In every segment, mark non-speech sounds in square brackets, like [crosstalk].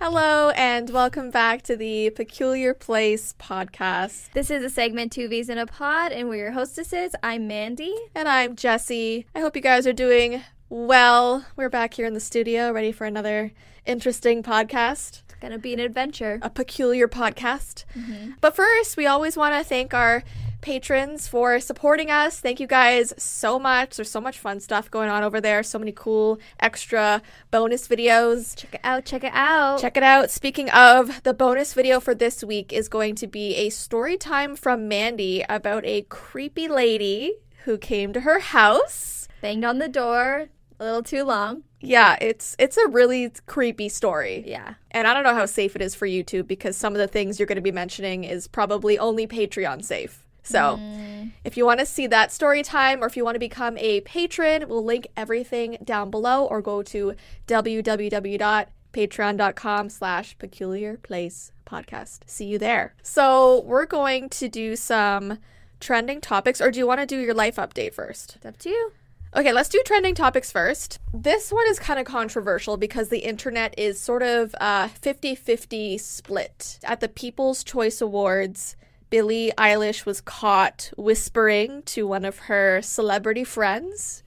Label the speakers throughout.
Speaker 1: Hello, and welcome back to the Peculiar Place podcast.
Speaker 2: This is a segment Two V's in a Pod, and we're your hostesses. I'm Mandy.
Speaker 1: And I'm Jesse. I hope you guys are doing well. We're back here in the studio, ready for another interesting podcast.
Speaker 2: It's gonna be an adventure.
Speaker 1: a peculiar podcast. But first, we always want to thank our patrons for supporting us. Thank you guys so much. There's so much fun stuff going on over there. So many cool extra bonus videos.
Speaker 2: Check it out, check it out.
Speaker 1: Check it out. Speaking of, the bonus video for this week is going to be a story time from Mandy about a creepy lady who came to her house.
Speaker 2: Banged on the door a little too long.
Speaker 1: Yeah, it's it's a really creepy story.
Speaker 2: Yeah.
Speaker 1: And I don't know how safe it is for YouTube because some of the things you're going to be mentioning is probably only Patreon safe. So if you want to see that story time or if you want to become a patron, we'll link everything down below or go to www.patreon.com slash peculiar place podcast. See you there. So we're going to do some trending topics or do you want to do your life update first?
Speaker 2: It's up to you.
Speaker 1: Okay, let's do trending topics first. This one is kind of controversial because the internet is sort of uh, 50-50 split. At the People's Choice Awards, Billie Eilish was caught whispering to one of her celebrity friends.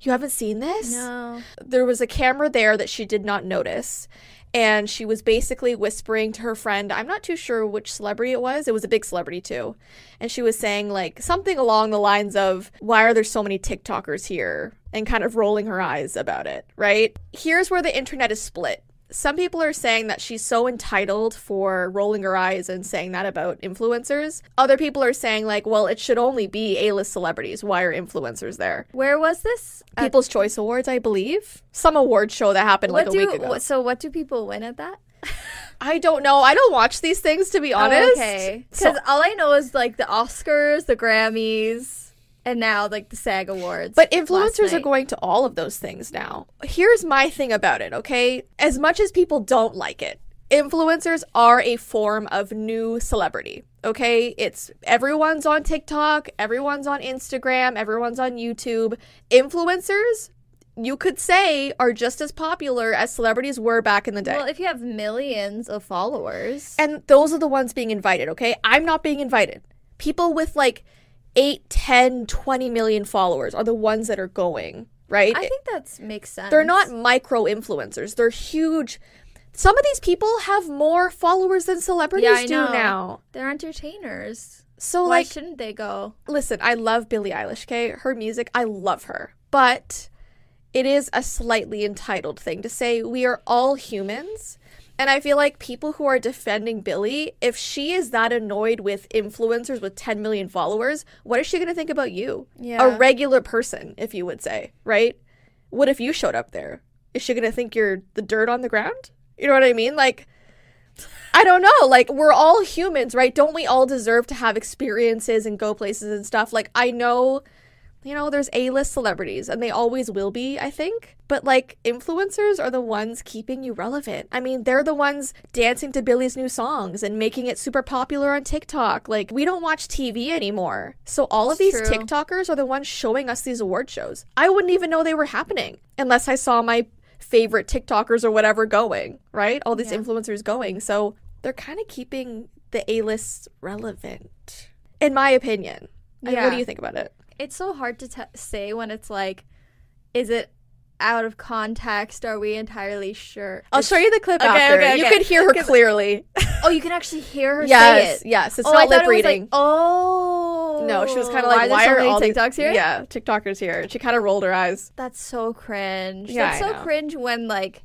Speaker 1: You haven't seen this?
Speaker 2: No.
Speaker 1: There was a camera there that she did not notice. And she was basically whispering to her friend, I'm not too sure which celebrity it was. It was a big celebrity, too. And she was saying, like, something along the lines of, Why are there so many TikTokers here? And kind of rolling her eyes about it, right? Here's where the internet is split. Some people are saying that she's so entitled for rolling her eyes and saying that about influencers. Other people are saying, like, well, it should only be A list celebrities. Why are influencers there?
Speaker 2: Where was this? At-
Speaker 1: People's Choice Awards, I believe. Some award show that happened like
Speaker 2: what
Speaker 1: a
Speaker 2: do
Speaker 1: week ago.
Speaker 2: what- so what do people win at that?
Speaker 1: I don't know. I don't watch these things to be honest.
Speaker 2: Oh, okay.
Speaker 1: Oh, So
Speaker 2: Because all I know is like the Oscars, the Grammys, and now like the SAG Awards.
Speaker 1: But
Speaker 2: last
Speaker 1: influencers are
Speaker 2: night.
Speaker 1: going to all of those things now. Here's my thing about it, okay? As much as people don't like it, influencers are a form of new celebrity, okay? It's everyone's on TikTok, everyone's on Instagram, everyone's on YouTube. Influencers, you could say, are just as popular as celebrities were back in the day.
Speaker 2: Well, if you have millions of followers.
Speaker 1: And those are the ones being invited, okay? I'm not being invited. People with like 8, 10, 20 million followers are the ones that are going, right?
Speaker 2: I think that makes sense.
Speaker 1: They're not micro influencers. They're huge. Some of these people have more followers than celebrities
Speaker 2: Yeah, I
Speaker 1: do
Speaker 2: know.
Speaker 1: now.
Speaker 2: They're entertainers.
Speaker 1: So
Speaker 2: Why
Speaker 1: like
Speaker 2: shouldn't they go?
Speaker 1: listen, I love Billie Eilish, okay? Her music, I love her. But it is a slightly entitled thing to say we are all humans. And I feel like people who are defending Billie, if she is that annoyed with influencers with 10 million followers, what is she going to think about you?
Speaker 2: Yeah.
Speaker 1: A regular person, if you would say, right? What if you showed up there? Is she going to think you're the dirt on the ground? You know what I mean? Like, I don't know. Like, we're all humans, right? Don't we all deserve to have experiences and go places and stuff? Like, I know, you know, there's A list celebrities and they always will be, I think. But like, influencers are the ones keeping you relevant. I mean, they're the ones dancing to Billy's new songs and making it super popular on TikTok. Like, we don't watch TV anymore. So, all of
Speaker 2: It's
Speaker 1: these
Speaker 2: true.
Speaker 1: TikTokers are the ones showing us these award shows. I wouldn't even know they were happening unless I saw my favorite TikTokers or whatever going, right? All these
Speaker 2: Yeah.
Speaker 1: influencers going. So they're kind of keeping the A list relevant, in my opinion. I mean, what
Speaker 2: Yeah.
Speaker 1: do you think about it?
Speaker 2: It's so hard to t- say when it's like, is it out of context? Are we entirely sure?
Speaker 1: I'll show you the clip
Speaker 2: Okay,
Speaker 1: after.
Speaker 2: okay,
Speaker 1: You
Speaker 2: okay.
Speaker 1: could hear her clearly.
Speaker 2: Oh, you can actually hear her
Speaker 1: Yes,
Speaker 2: say it.
Speaker 1: yes. It's
Speaker 2: oh,
Speaker 1: not
Speaker 2: I thought
Speaker 1: lip
Speaker 2: it was like,
Speaker 1: reading.
Speaker 2: oh.
Speaker 1: no, she was kind of like,
Speaker 2: why,
Speaker 1: "Why
Speaker 2: are
Speaker 1: are
Speaker 2: there so
Speaker 1: all
Speaker 2: many
Speaker 1: these-
Speaker 2: TikToks here?
Speaker 1: Yeah, TikTokers here. She kind of rolled her eyes.
Speaker 2: That's so cringe.
Speaker 1: Yeah,
Speaker 2: That's
Speaker 1: I
Speaker 2: so
Speaker 1: know.
Speaker 2: cringe when like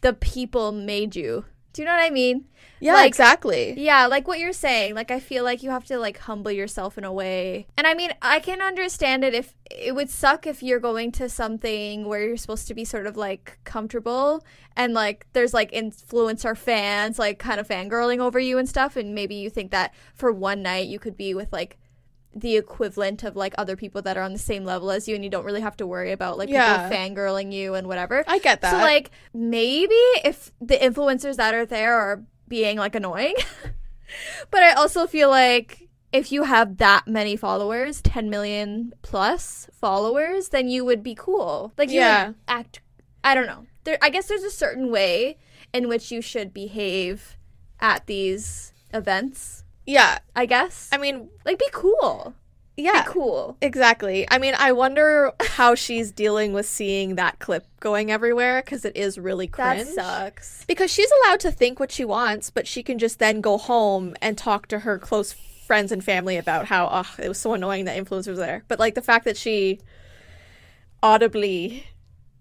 Speaker 2: the people made you. Do you know what I mean?
Speaker 1: Yeah,
Speaker 2: Like-
Speaker 1: exactly.
Speaker 2: Yeah, like what you're saying. Like I feel like you have to like humble yourself in a way. And I mean, I can understand it if it would suck if you're going to something where you're supposed to be sort of like comfortable and like there's like influencer fans like kind of fangirling over you and stuff and maybe you think that for one night you could be with like the equivalent of like other people that are on the same level as you and you don't really have to worry about like
Speaker 1: Yeah.
Speaker 2: people fangirling you and whatever.
Speaker 1: I get that.
Speaker 2: So like maybe if the influencers that are there are being like annoying, [laughs] but I also feel like if you have that many followers, 10 million plus followers, then you would be cool. Like you
Speaker 1: Yeah.
Speaker 2: would act I don't know. There I guess there's a certain way in which you should behave at these events,
Speaker 1: Yeah.
Speaker 2: I guess.
Speaker 1: I mean,
Speaker 2: like be cool.
Speaker 1: yeah.
Speaker 2: Be cool.
Speaker 1: Exactly. I mean, I wonder how she's dealing with seeing that clip going everywhere because it is really
Speaker 2: That
Speaker 1: cringe.
Speaker 2: sucks.
Speaker 1: Because she's allowed to think what she wants, but she can just then go home and talk to her close friends and family about how ugh, it was so annoying that influencer was there. But like the fact that she audibly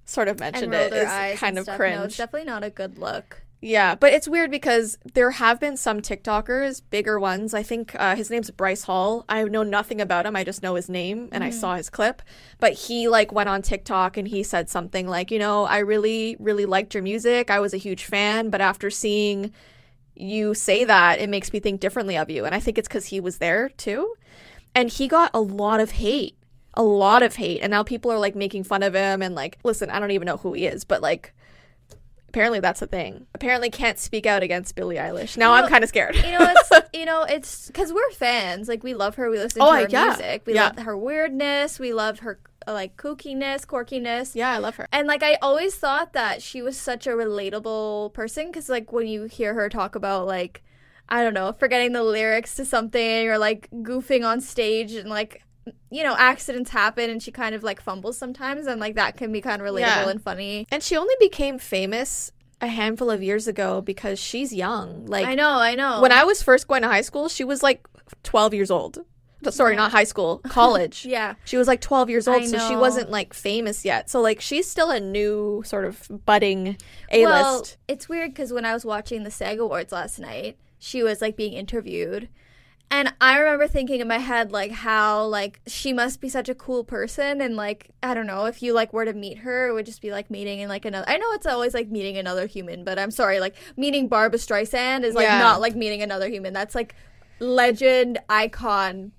Speaker 1: sort of mentioned it
Speaker 2: rolled her
Speaker 1: is
Speaker 2: eyes
Speaker 1: kind
Speaker 2: and
Speaker 1: of
Speaker 2: stuff.
Speaker 1: cringe.
Speaker 2: No, it's definitely not a good look.
Speaker 1: Yeah, but it's weird because there have been some TikTokers, bigger ones. I think uh, his name's Bryce Hall. I know nothing about him. I just know his name and I saw his clip. But he like went on TikTok and he said something like, you know, I really, really liked your music. I was a huge fan, but after seeing you say that, it makes me think differently of you. And I think it's because he was there too. And he got a lot of hate, a lot of hate. And now people are like making fun of him and like, listen, I don't even know who he is, but like, apparently that's a thing. Apparently can't speak out against Billie Eilish. Now
Speaker 2: You
Speaker 1: I'm
Speaker 2: know-
Speaker 1: kind of scared.
Speaker 2: You know, it's [laughs] you know, it's because we're fans. Like we love her. We listen
Speaker 1: Oh,
Speaker 2: to her
Speaker 1: yeah.
Speaker 2: music. We
Speaker 1: Yeah.
Speaker 2: love her weirdness. We love her uh, like kookiness, quirkiness.
Speaker 1: [laughs] yeah, I love her.
Speaker 2: And like I always thought that she was such a relatable person because like when you hear her talk about like I don't know forgetting the lyrics to something or like goofing on stage and like you know accidents happen and she kind of like fumbles sometimes and like that can be kind of relatable
Speaker 1: Yeah.
Speaker 2: and funny.
Speaker 1: And she only became famous a handful of years ago because she's young. Like
Speaker 2: I know, I know.
Speaker 1: when I was first going to high school, she was like 12 years old. No, Sorry, not high school, college.
Speaker 2: yeah.
Speaker 1: She was like 12 years old,
Speaker 2: I
Speaker 1: so she
Speaker 2: know.
Speaker 1: wasn't like famous yet. So like she's still a new sort of budding A-list.
Speaker 2: Well, it's weird because when I was watching the SAG Awards last night, she was like being interviewed, and I remember thinking in my head like how like she must be such a cool person, and like I don't know if you like were to meet her, it would just be like meeting in like another. I know it's always like meeting another human, but I'm sorry, like meeting Barbara Streisand is like
Speaker 1: Yeah.
Speaker 2: not like meeting another human. That's like legend icon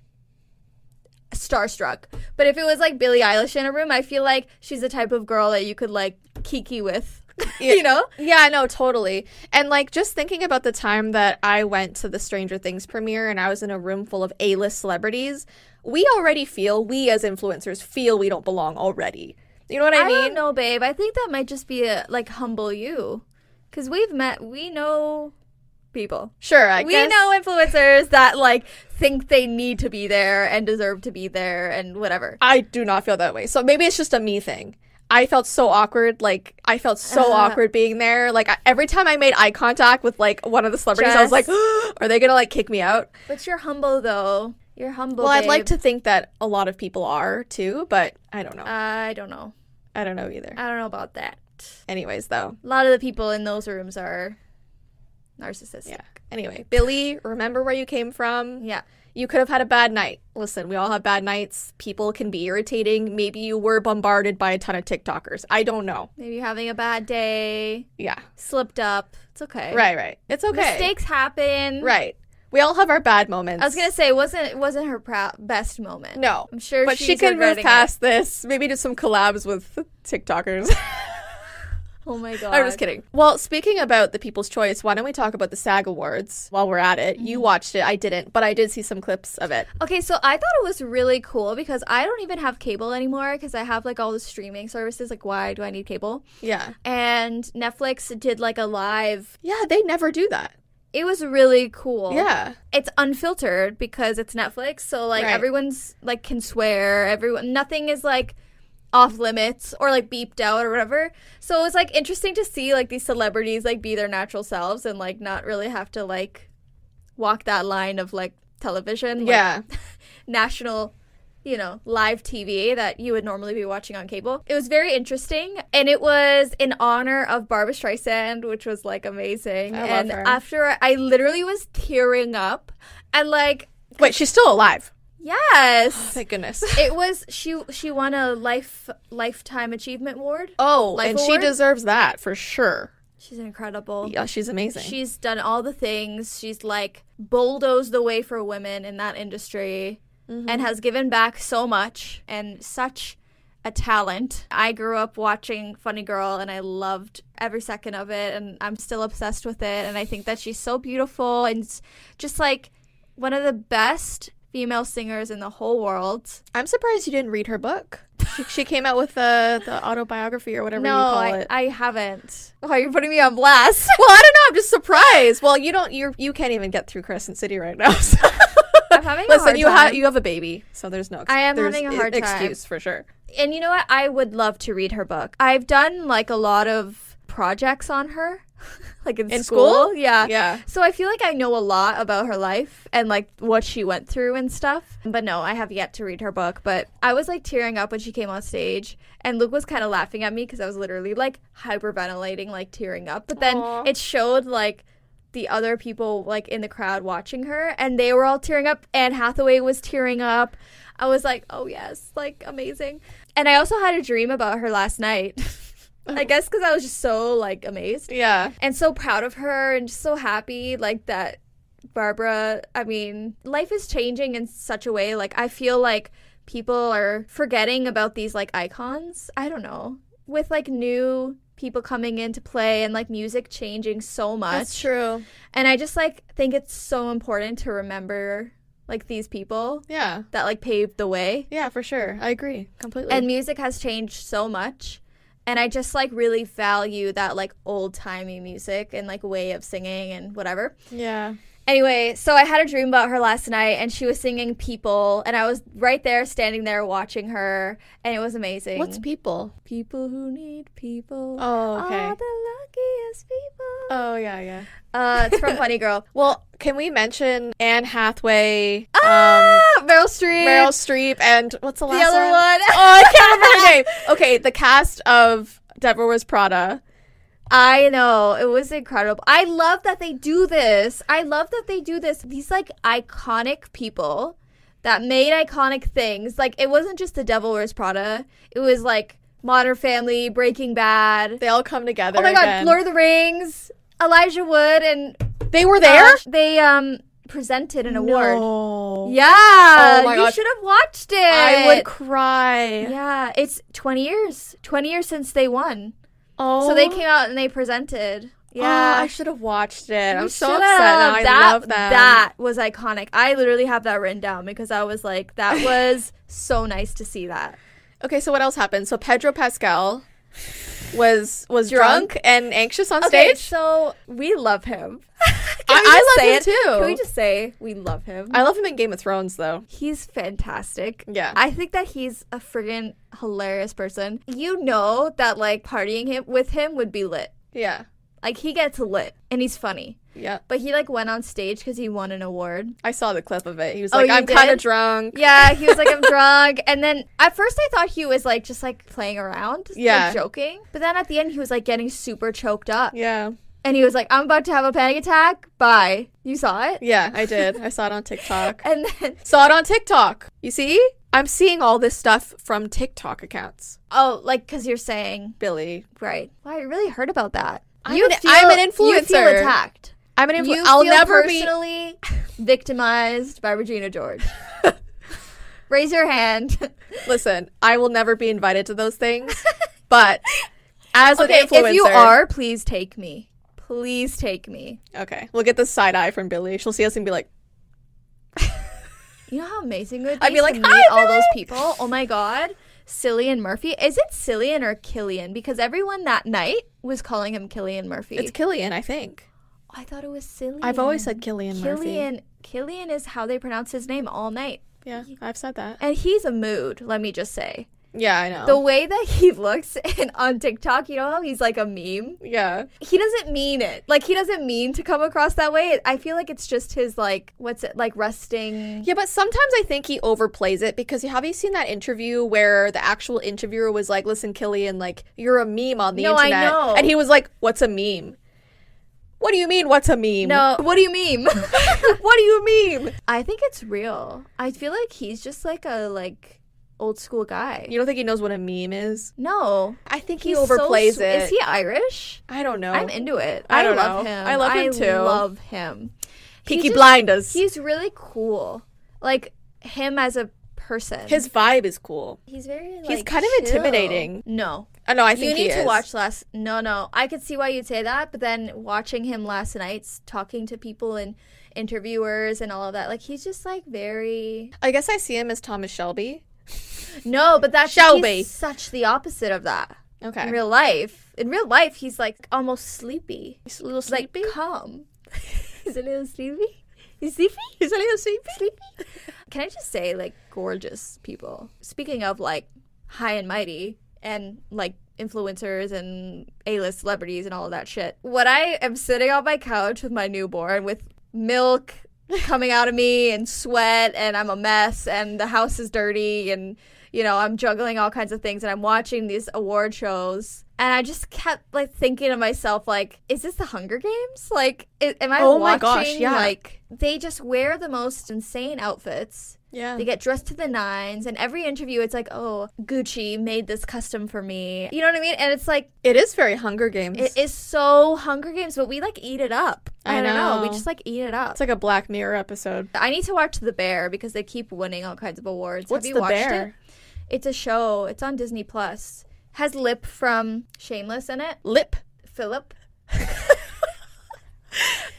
Speaker 2: starstruck. But if it was like Billie Eilish in a room, I feel like she's the type of girl that you could like kiki with. [laughs] you know?
Speaker 1: Yeah, no, totally. And like just thinking about the time that I went to the Stranger Things premiere and I was in a room full of A-list celebrities, we already feel we as influencers feel we don't belong already. You know what I,
Speaker 2: I
Speaker 1: mean?
Speaker 2: don't know, babe. I think that might just be a like humble you, because we've met, we know people,
Speaker 1: Sure, I
Speaker 2: we
Speaker 1: guess.
Speaker 2: know influencers that like think they need to be there and deserve to be there and whatever.
Speaker 1: I do not feel that way. So maybe it's just a me thing. I felt so awkward. Like I felt so
Speaker 2: Uh.
Speaker 1: awkward being there. Like I, every time I made eye contact with like one of the celebrities, I was like,
Speaker 2: Jess.
Speaker 1: [gasps] "Are they gonna like kick me out?"
Speaker 2: But you're humble though. You're humble.
Speaker 1: Well, I'd like
Speaker 2: babe.
Speaker 1: to think that a lot of people are too, but I don't know.
Speaker 2: I don't know.
Speaker 1: I don't know either.
Speaker 2: I don't know about that.
Speaker 1: Anyways, though,
Speaker 2: A lot of the people in those rooms are narcissistic.
Speaker 1: yeah. Anyway, Billy, remember where you came from.
Speaker 2: yeah.
Speaker 1: You could have had a bad night. Listen, we all have bad nights. People can be irritating. Maybe you were bombarded by a ton of TikTokers. I don't know.
Speaker 2: Maybe you're having a bad day,
Speaker 1: Yeah.
Speaker 2: slipped up. It's okay.
Speaker 1: Right, right. It's okay.
Speaker 2: Mistakes happen.
Speaker 1: Right. We all have our bad moments.
Speaker 2: I was gonna say it wasn't it wasn't her prou- best moment.
Speaker 1: No.
Speaker 2: I'm sure,
Speaker 1: But
Speaker 2: she's
Speaker 1: she can move
Speaker 2: regretting it.
Speaker 1: past this. Maybe do some collabs with TikTokers. [laughs]
Speaker 2: Oh my god!
Speaker 1: I'm just kidding. Well, speaking about the People's Choice, why don't we talk about the SAG Awards while we're at it?
Speaker 2: Mm-hmm.
Speaker 1: You watched it, I didn't, but I did see some clips of it.
Speaker 2: Okay, so I thought it was really cool because I don't even have cable anymore because I have like all the streaming services. Like, why do I need cable?
Speaker 1: Yeah.
Speaker 2: And Netflix did like a live.
Speaker 1: Yeah, they never do that.
Speaker 2: It was really cool.
Speaker 1: Yeah.
Speaker 2: it's unfiltered because it's Netflix, so like
Speaker 1: Right.
Speaker 2: everyone's like can swear. Everyone, nothing is like off limits or like beeped out or whatever. So it was like interesting to see like these celebrities like be their natural selves and like not really have to like walk that line of like television, like,
Speaker 1: Yeah.
Speaker 2: national, you know, live TV that you would normally be watching on cable. It was very interesting, and it was in honor of Barbara Streisand, which was like amazing.
Speaker 1: I love
Speaker 2: and
Speaker 1: her.
Speaker 2: after I literally was tearing up, and like,
Speaker 1: Wait, she's still alive.
Speaker 2: yes,
Speaker 1: Oh, Thank goodness.
Speaker 2: it was. She she won a life lifetime achievement award.
Speaker 1: [laughs] Oh,
Speaker 2: Life
Speaker 1: and she
Speaker 2: Award? Oh.
Speaker 1: deserves that for sure.
Speaker 2: She's incredible.
Speaker 1: Yeah, she's amazing.
Speaker 2: She's done all the things. She's like bulldozed the way for women in that industry
Speaker 1: Mm-hmm.
Speaker 2: and has given back so much and such a talent. I grew up watching Funny Girl and I loved every second of it and I'm still obsessed with it and I think that she's so beautiful and s- just like one of the best female singers in the whole world.
Speaker 1: I'm surprised you didn't read her book. She, she came out with the the autobiography or whatever
Speaker 2: no,
Speaker 1: you call
Speaker 2: I,
Speaker 1: it.
Speaker 2: I haven't. Oh, you're putting me on blast. [laughs]
Speaker 1: well, I don't know. I'm just surprised. Well, you don't. You you can't even get through Crescent City right now. [laughs] So.
Speaker 2: I'm having a
Speaker 1: Listen,
Speaker 2: hard
Speaker 1: you have
Speaker 2: time.
Speaker 1: you have a baby, so there's no. Ex-
Speaker 2: I am
Speaker 1: there's
Speaker 2: having a hard
Speaker 1: i-
Speaker 2: time.
Speaker 1: excuse for sure.
Speaker 2: and you know what? I would love to read her book. I've done like a lot of projects on her, [laughs] like in,
Speaker 1: In
Speaker 2: school.
Speaker 1: school?
Speaker 2: Yeah.
Speaker 1: Yeah.
Speaker 2: So I feel like I know a lot about her life and like what she went through and stuff. But no, I have yet to read her book. But I was like tearing up when she came on stage, and Luke was kind of laughing at me because I was literally like hyperventilating, like tearing up. But then
Speaker 1: Aw.
Speaker 2: it showed like the other people like in the crowd watching her, and they were all tearing up. Anne Hathaway was tearing up. I was like, oh yes, like amazing. And I also had a dream about her last night. [laughs] I guess because I was just so like amazed
Speaker 1: Yeah.
Speaker 2: and so proud of her and just so happy like that Barbara, I mean, life is changing in such a way like I feel like people are forgetting about these like icons. I don't know. With like new people coming into play and like music changing so much.
Speaker 1: true.
Speaker 2: And I just like think it's so important to remember like these people
Speaker 1: Yeah.
Speaker 2: that like paved the way.
Speaker 1: Yeah, for sure. I agree completely.
Speaker 2: And music has changed so much. And I just like really value that like old timey music and like way of singing and whatever.
Speaker 1: yeah.
Speaker 2: Anyway, so I had a dream about her last night and she was singing People and I was right there standing there watching her and it was amazing.
Speaker 1: What's people?
Speaker 2: people who need people?
Speaker 1: Oh,
Speaker 2: Are the luckiest people.
Speaker 1: Oh, yeah, yeah.
Speaker 2: Uh, it's [laughs] from Funny Girl.
Speaker 1: Well, can we mention Anne Hathaway, um,
Speaker 2: ah, Meryl Streep.
Speaker 1: Meryl Streep, and what's the
Speaker 2: the
Speaker 1: last
Speaker 2: other
Speaker 1: one? [laughs]
Speaker 2: [laughs] one.
Speaker 1: Oh, I can't [laughs] remember
Speaker 2: [laughs]
Speaker 1: her name. Okay, the cast of Deborah Was Prada.
Speaker 2: I know. It was incredible. I love that they do this. I love that they do this. These like iconic people that made iconic things. Like it wasn't just The Devil Wears Prada. It was like Modern Family, Breaking Bad.
Speaker 1: They all come together.
Speaker 2: Oh my god,
Speaker 1: again.
Speaker 2: Lord of the Rings, Elijah Wood and
Speaker 1: They were there.
Speaker 2: uh, they um presented an award.
Speaker 1: No. Oh
Speaker 2: Yeah.
Speaker 1: my
Speaker 2: you
Speaker 1: gosh.
Speaker 2: should have watched it.
Speaker 1: I would cry.
Speaker 2: Yeah, it's 20 years. 20 years since they won.
Speaker 1: Oh,
Speaker 2: So they came out and they presented. Yeah.
Speaker 1: Oh, I should have watched it.
Speaker 2: You
Speaker 1: I'm so
Speaker 2: should
Speaker 1: upset now.
Speaker 2: have.
Speaker 1: I
Speaker 2: that,
Speaker 1: love them.
Speaker 2: That was iconic. I literally have that written down because I was
Speaker 1: [laughs]
Speaker 2: like, that was so nice to see that.
Speaker 1: Okay, so what else happened? So Pedro Pascal was was drunk,
Speaker 2: Drunk?
Speaker 1: and anxious on
Speaker 2: Okay,
Speaker 1: stage.
Speaker 2: so we love him.
Speaker 1: I-
Speaker 2: [laughs] Can we
Speaker 1: I
Speaker 2: just
Speaker 1: love
Speaker 2: say
Speaker 1: him
Speaker 2: it?
Speaker 1: too.
Speaker 2: Can we just say we love him?
Speaker 1: I love him in Game of Thrones though.
Speaker 2: He's fantastic.
Speaker 1: Yeah.
Speaker 2: I think that he's a friggin' hilarious person. You know that like partying him with him would be lit.
Speaker 1: Yeah.
Speaker 2: Like he gets lit and he's funny.
Speaker 1: Yeah.
Speaker 2: But he like went on stage because he won an award.
Speaker 1: I saw the clip of it. He was
Speaker 2: Oh,
Speaker 1: like,
Speaker 2: you
Speaker 1: I'm kind of
Speaker 2: did?
Speaker 1: drunk.
Speaker 2: Yeah, he was
Speaker 1: [laughs]
Speaker 2: like, I'm drunk. And then at first I thought he was like just like playing around, just,
Speaker 1: Yeah.
Speaker 2: like joking. But then at the end he was like getting super choked up.
Speaker 1: Yeah.
Speaker 2: And he was like, I'm about to have a panic attack. Bye. You saw it?
Speaker 1: Yeah, I did. I saw it on TikTok.
Speaker 2: And then,
Speaker 1: Saw it on TikTok. You see? I'm seeing all this stuff from TikTok accounts.
Speaker 2: oh, like, because you're saying,
Speaker 1: Billy.
Speaker 2: right. Wow, I really heard about that.
Speaker 1: I'm an- I'm an
Speaker 2: You feel
Speaker 1: influencer.
Speaker 2: attacked.
Speaker 1: I'm an influ-
Speaker 2: You
Speaker 1: I'll
Speaker 2: feel
Speaker 1: never be [laughs]
Speaker 2: personally victimized by Regina George. Raise your hand.
Speaker 1: Listen, I will never be invited to those things. [laughs] but as
Speaker 2: okay,
Speaker 1: an influencer,
Speaker 2: if you are, please take me. Please take me.
Speaker 1: okay, we'll get this side eye from Billy. She'll see us and be like,
Speaker 2: You know how amazing it would be
Speaker 1: I'd be like,
Speaker 2: to
Speaker 1: "Hi,
Speaker 2: meet all those
Speaker 1: Billy!"
Speaker 2: people? Oh my god. Cillian Murphy. Is it Cillian or Killian? Because everyone that night was calling him Killian Murphy.
Speaker 1: "It's Killian, I think."
Speaker 2: Oh, I thought it was Cillian.
Speaker 1: I've always said Mm. Killian, Murphy.
Speaker 2: Killian. Killian is how they pronounce his name all night.
Speaker 1: Yeah, I've said that.
Speaker 2: And he's a mood, let me just say.
Speaker 1: Yeah, I know.
Speaker 2: The way that he [laughs] looks in, on TikTok, you know how he's like a meme?
Speaker 1: yeah,
Speaker 2: He doesn't mean it. Like, he doesn't mean to come across that way. I feel like it's just his, like, what's it, like, resting.
Speaker 1: yeah, but sometimes I think he overplays it because you have you seen that interview where the actual interviewer was like, "Listen, Killian, like you're a meme on the
Speaker 2: No, I
Speaker 1: internet,"
Speaker 2: know.
Speaker 1: and he was like, "What's a meme?" What do you mean? What's a meme?
Speaker 2: No. What do you
Speaker 1: [laughs]
Speaker 2: mean? [laughs]
Speaker 1: what do you mean?
Speaker 2: I think it's real. I feel like he's just like a like old school guy.
Speaker 1: You don't think he knows what a meme is?
Speaker 2: No,
Speaker 1: I think
Speaker 2: he's
Speaker 1: he overplays
Speaker 2: so,
Speaker 1: it.
Speaker 2: Is he Irish?
Speaker 1: I don't know.
Speaker 2: I'm into it.
Speaker 1: I
Speaker 2: I,
Speaker 1: don't
Speaker 2: love
Speaker 1: know.
Speaker 2: him.
Speaker 1: I love him too.
Speaker 2: I love him.
Speaker 1: Peaky
Speaker 2: He's just-
Speaker 1: Blinders.
Speaker 2: He's really cool. Like him as a person.
Speaker 1: His vibe is cool.
Speaker 2: he's very like,
Speaker 1: he's kind of
Speaker 2: chill.
Speaker 1: intimidating.
Speaker 2: No,
Speaker 1: I know. I think
Speaker 2: you
Speaker 1: he
Speaker 2: need to
Speaker 1: is.
Speaker 2: watch last. No, no, I could see why you'd say that, but then watching him last night's talking to people and interviewers and all of that, like he's just like very
Speaker 1: I guess I see him as Thomas Shelby.
Speaker 2: No, but that's
Speaker 1: Shall
Speaker 2: he's
Speaker 1: we?
Speaker 2: such the opposite of that.
Speaker 1: Okay.
Speaker 2: In real life, in real life, he's like almost sleepy.
Speaker 1: He's a little
Speaker 2: Like
Speaker 1: sleepy.
Speaker 2: calm. [laughs] he's a little sleepy. He's sleepy.
Speaker 1: He's a little sleepy.
Speaker 2: Sleepy. [laughs] Can I just say, like, gorgeous people. Speaking of like high and mighty and like influencers and A-list celebrities and all of that shit. When I am sitting on my couch with my newborn with
Speaker 1: [laughs]
Speaker 2: milk coming out of me and sweat and I'm a mess and the house is dirty and you know, I'm juggling all kinds of things and I'm watching these award shows and I just kept like thinking to myself like is this the Hunger Games? Like i- am I
Speaker 1: Oh my
Speaker 2: watching
Speaker 1: gosh, yeah.
Speaker 2: like they just wear the most insane outfits
Speaker 1: Yeah.
Speaker 2: they get dressed to the nines, and every interview, it's like, oh, Gucci made this custom for me. You know what I mean? And it's like,
Speaker 1: It is very Hunger Games.
Speaker 2: it is so Hunger Games, but we like eat it up. I,
Speaker 1: I
Speaker 2: don't know. We
Speaker 1: know.
Speaker 2: just like eat it up.
Speaker 1: it's like a Black Mirror episode.
Speaker 2: I need to watch The Bear because they keep winning all kinds of awards.
Speaker 1: What's
Speaker 2: Have you
Speaker 1: the
Speaker 2: watched
Speaker 1: bear?
Speaker 2: it? It's a show. It's on Disney Plus. Has Lip from Shameless in it.
Speaker 1: Lip.
Speaker 2: Philip.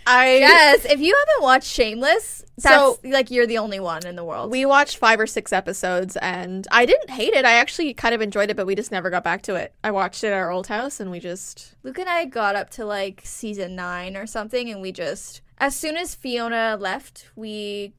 Speaker 1: I
Speaker 2: Yes. If you haven't watched Shameless, that's
Speaker 1: So-
Speaker 2: like you're the only one in the world.
Speaker 1: we watched five or six episodes and I didn't hate it. I actually kind of enjoyed it, but we just never got back to it. I watched it at our old house and we just
Speaker 2: Luke and I got up to like season nine or something, and we just as soon as Fiona left, we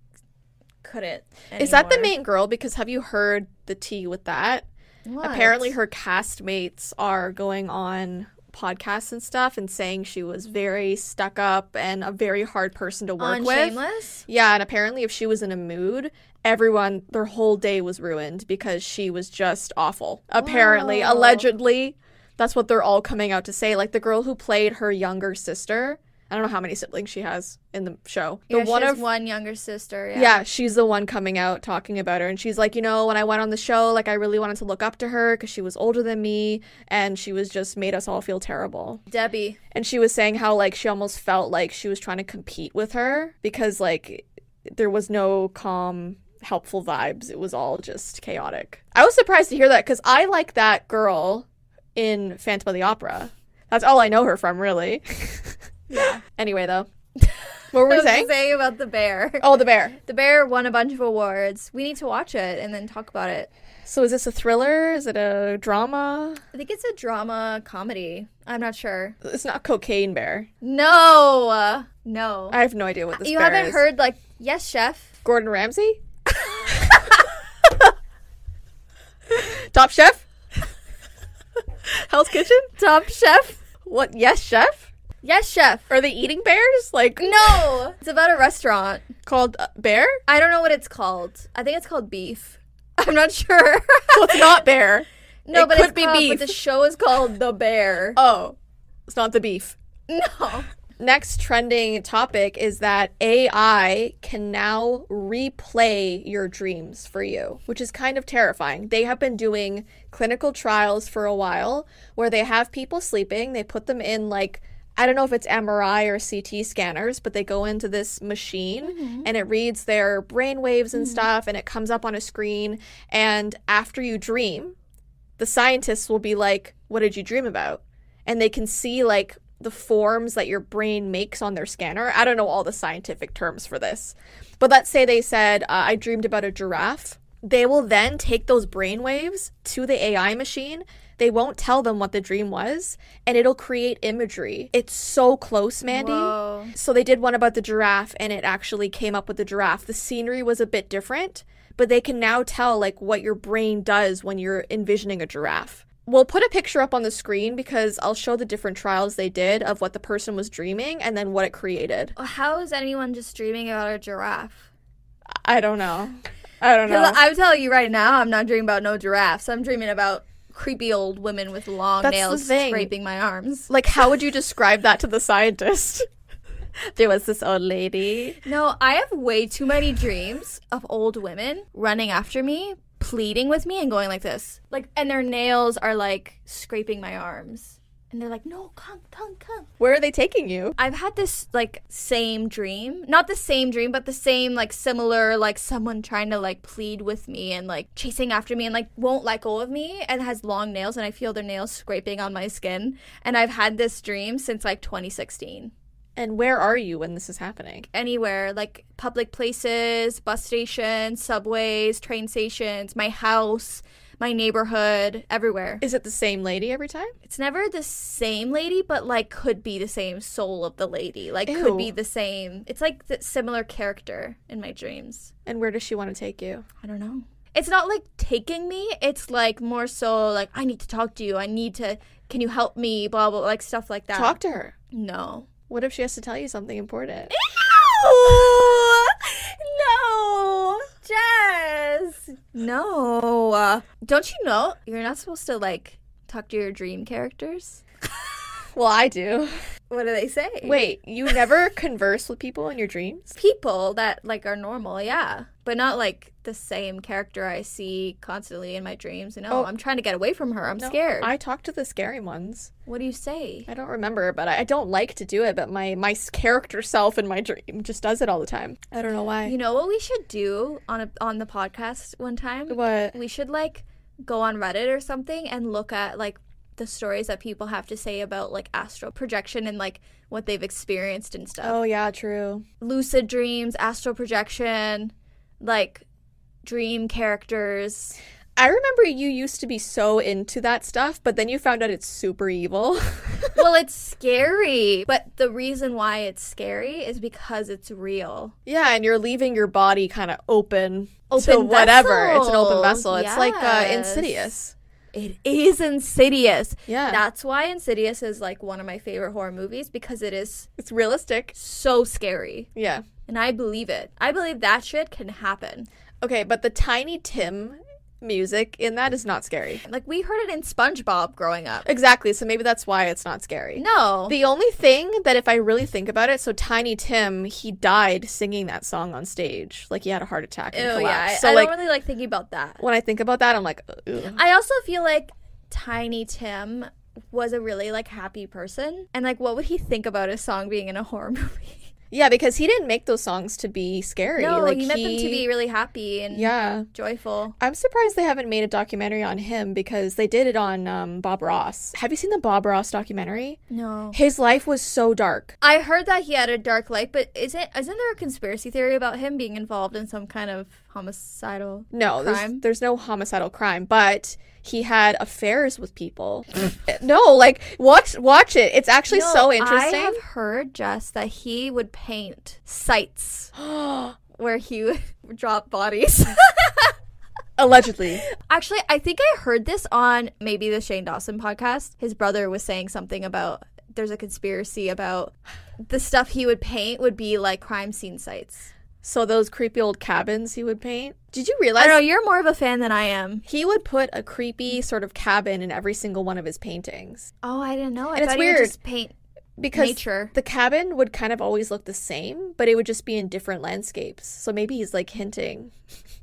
Speaker 2: couldn't.
Speaker 1: Is that the
Speaker 2: anymore.
Speaker 1: main girl? Because have you heard the tea with that?
Speaker 2: What?
Speaker 1: Apparently her castmates are going on podcasts and stuff and saying she was very stuck up and a very hard person to work
Speaker 2: on
Speaker 1: with.
Speaker 2: Shameless?
Speaker 1: Yeah, and apparently if she was in a mood, everyone their whole day was ruined because she was just awful. Apparently,
Speaker 2: Wow.
Speaker 1: allegedly, that's what they're all coming out to say. Like the girl who played her younger sister, I don't know how many siblings she has in the show. The
Speaker 2: Yeah, she
Speaker 1: one
Speaker 2: has
Speaker 1: of
Speaker 2: one younger sister. Yeah.
Speaker 1: yeah. she's the one coming out talking about her and she's like, "You know, when I went on the show, like I really wanted to look up to her cuz she was older than me and she was just made us all feel terrible."
Speaker 2: Debbie.
Speaker 1: and she was saying how like she almost felt like she was trying to compete with her because like there was no calm helpful vibes it was all just chaotic i was surprised to hear that because i like that girl in phantom of the opera that's all i know her from really
Speaker 2: Yeah.
Speaker 1: [laughs] anyway
Speaker 2: [laughs]
Speaker 1: though what were
Speaker 2: What
Speaker 1: we
Speaker 2: was I
Speaker 1: saying
Speaker 2: saying about the bear? [laughs]
Speaker 1: oh the bear
Speaker 2: The bear won a bunch of awards. We need to watch it and then talk about it.
Speaker 1: so is this a thriller is it a drama
Speaker 2: I think it's a drama comedy. I'm not sure.
Speaker 1: it's not cocaine bear
Speaker 2: No, uh, no.
Speaker 1: i have no idea what this
Speaker 2: you
Speaker 1: bear
Speaker 2: haven't
Speaker 1: is.
Speaker 2: heard like yes, chef.
Speaker 1: gordon ramsay [laughs] top chef hell's kitchen
Speaker 2: Top chef.
Speaker 1: What? Yes, chef?
Speaker 2: Yes, chef.
Speaker 1: Are they eating bears? Like
Speaker 2: No, it's about a restaurant.
Speaker 1: called uh, bear?
Speaker 2: I don't know what it's called. I think it's called Beef. [laughs] I'm not [laughs] sure.
Speaker 1: So it's not bear.
Speaker 2: no,
Speaker 1: It
Speaker 2: but
Speaker 1: could
Speaker 2: it's
Speaker 1: be
Speaker 2: called,
Speaker 1: Beef.
Speaker 2: But the show is called The [laughs] Bear.
Speaker 1: [laughs] Oh, it's not the beef.
Speaker 2: No.
Speaker 1: Next trending topic is that AI can now replay your dreams for you, which is kind of terrifying. They have been doing clinical trials for a while where they have people sleeping, they put them in like I don't know if it's MRI or CT scanners, but they go into this machine and it reads their brain waves and stuff and it comes up on a screen and after you dream, the scientists will be like, What did you dream about? And they can see like the forms that your brain makes on their scanner. I don't know all the scientific terms for this, but let's say they said, uh, I dreamed about a giraffe. They will then take those brain waves to the AI machine. They won't tell them what the dream was, and it'll create imagery. It's so close, Mandy.
Speaker 2: Whoa.
Speaker 1: So they did one about the giraffe and it actually came up with the giraffe. The scenery was a bit different, but they can now tell like what your brain does when you're envisioning a giraffe. We'll put a picture up on the screen because I'll show the different trials they did of what the person was dreaming and then what it created.
Speaker 2: How is anyone just dreaming about a giraffe?
Speaker 1: I don't know. I don't
Speaker 2: 'Cause
Speaker 1: know.
Speaker 2: I'm telling you right now, I'm not dreaming about no giraffes. I'm dreaming about creepy old women with long
Speaker 1: That's the
Speaker 2: nails
Speaker 1: thing.
Speaker 2: scraping my arms.
Speaker 1: Like how would you describe that to the scientist? [laughs] there was this old lady.
Speaker 2: No, I have way too many dreams of old women running after me, pleading with me, and going like this. Like, and their nails are like scraping my arms. And they're like, no, come, come, come.
Speaker 1: Where are they taking you?
Speaker 2: I've had this like same dream. Not the same dream, but the same, like, similar, like, someone trying to like plead with me and like chasing after me and like won't let go of me and has long nails and I feel their nails scraping on my skin. And I've had this dream since like 2016.
Speaker 1: And where are you when this is happening?
Speaker 2: anywhere like public places, bus stations, subways, train stations, my house, my neighborhood, everywhere.
Speaker 1: Is it the same lady every time?
Speaker 2: It's never the same lady, but like could be the same soul of the lady. Like
Speaker 1: Ew.
Speaker 2: could be the same. It's like the similar character in my dreams.
Speaker 1: And where does she want to take you?
Speaker 2: I don't know. It's not like taking me. It's like more so like I need to talk to you. I need to can you help me? Blah blah like stuff like that.
Speaker 1: Talk to her.
Speaker 2: No.
Speaker 1: What if she has to tell you something important?
Speaker 2: Eh, No! No! Jess! No. Don't you know you're not supposed to, like, talk to your dream characters?
Speaker 1: Well, I do.
Speaker 2: What do [laughs] they say?
Speaker 1: Wait, you never converse with people in your dreams?
Speaker 2: People that, like, are normal, yeah. But not, like, the same character I see constantly in my dreams. No,
Speaker 1: Oh.
Speaker 2: I'm trying to get away from her. I'm
Speaker 1: No,
Speaker 2: scared.
Speaker 1: I talk to the scary ones.
Speaker 2: What do you say?
Speaker 1: I don't remember, but I, I don't like to do it. But my my s- character self in my dream just does it all the time. I don't know why.
Speaker 2: You know what we should do on a, on the podcast one time?
Speaker 1: what?
Speaker 2: we should like go on Reddit or something and look at like the stories that people have to say about like astral projection and like what they've experienced and stuff.
Speaker 1: Oh yeah, true.
Speaker 2: Lucid dreams, astral projection, like dream characters.
Speaker 1: I remember you used to be so into that stuff, but then you found out it's super evil. [laughs]
Speaker 2: well, it's scary, but the reason why it's scary is because it's real.
Speaker 1: yeah, and you're leaving your body kind of open, to
Speaker 2: Open
Speaker 1: whatever. It's an open
Speaker 2: vessel,
Speaker 1: vessel. It's like uh,
Speaker 2: yes.
Speaker 1: Insidious.
Speaker 2: It is insidious.
Speaker 1: Yeah,
Speaker 2: That's why Insidious is like one of my favorite horror movies because it is
Speaker 1: it's realistic.
Speaker 2: so scary.
Speaker 1: Yeah.
Speaker 2: And I believe it. I believe that shit can happen.
Speaker 1: Okay, but the Tiny Tim music in that is not scary.
Speaker 2: Like we heard it in SpongeBob growing up.
Speaker 1: Exactly. So maybe that's why it's not scary.
Speaker 2: No.
Speaker 1: The only thing that, if I really think about it, so Tiny Tim, he died singing that song on stage. Like he had a heart attack and
Speaker 2: Oh yeah.
Speaker 1: collapsed. so
Speaker 2: I, I
Speaker 1: like
Speaker 2: don't really like Mm. thinking about that.
Speaker 1: when I think about that, I'm like, Ugh.
Speaker 2: I also feel like Tiny Tim was a really like happy person. And like what would he think about his song being in a horror [laughs] movie?
Speaker 1: yeah, because he didn't make those songs to be scary.
Speaker 2: No,
Speaker 1: like
Speaker 2: he meant them to be really happy and
Speaker 1: Yeah,
Speaker 2: joyful.
Speaker 1: I'm surprised they haven't made a documentary on him because they did it on um, Bob Ross. Have you seen the Bob Ross documentary?
Speaker 2: No.
Speaker 1: His life was so dark.
Speaker 2: I heard that he had a dark life, but isn't isn't there a conspiracy theory about him being involved in some kind of homicidal
Speaker 1: No, there's,
Speaker 2: Crime?
Speaker 1: there's no homicidal crime, but he had affairs with people. [laughs] no, like watch watch it. It's actually
Speaker 2: No,
Speaker 1: so
Speaker 2: I
Speaker 1: interesting.
Speaker 2: have heard Jess that he would paint sites where he [laughs] would drop bodies.
Speaker 1: [gasps]
Speaker 2: [laughs]
Speaker 1: Allegedly.
Speaker 2: Actually, I think I heard this on maybe the Shane Dawson podcast. His brother was saying something about there's a conspiracy about the stuff he would paint would be like crime scene sites.
Speaker 1: [gasps] So those creepy old cabins he would paint. Did you
Speaker 2: I
Speaker 1: realize
Speaker 2: don't know you're more of a fan than I am.
Speaker 1: he would put a creepy sort of cabin in every single one of his paintings?
Speaker 2: Oh, I didn't know. I
Speaker 1: And it's
Speaker 2: thought he would
Speaker 1: weird.
Speaker 2: just paint
Speaker 1: Because
Speaker 2: nature.
Speaker 1: the cabin would kind of always look the same, but it would just be in different landscapes. So maybe he's like hinting.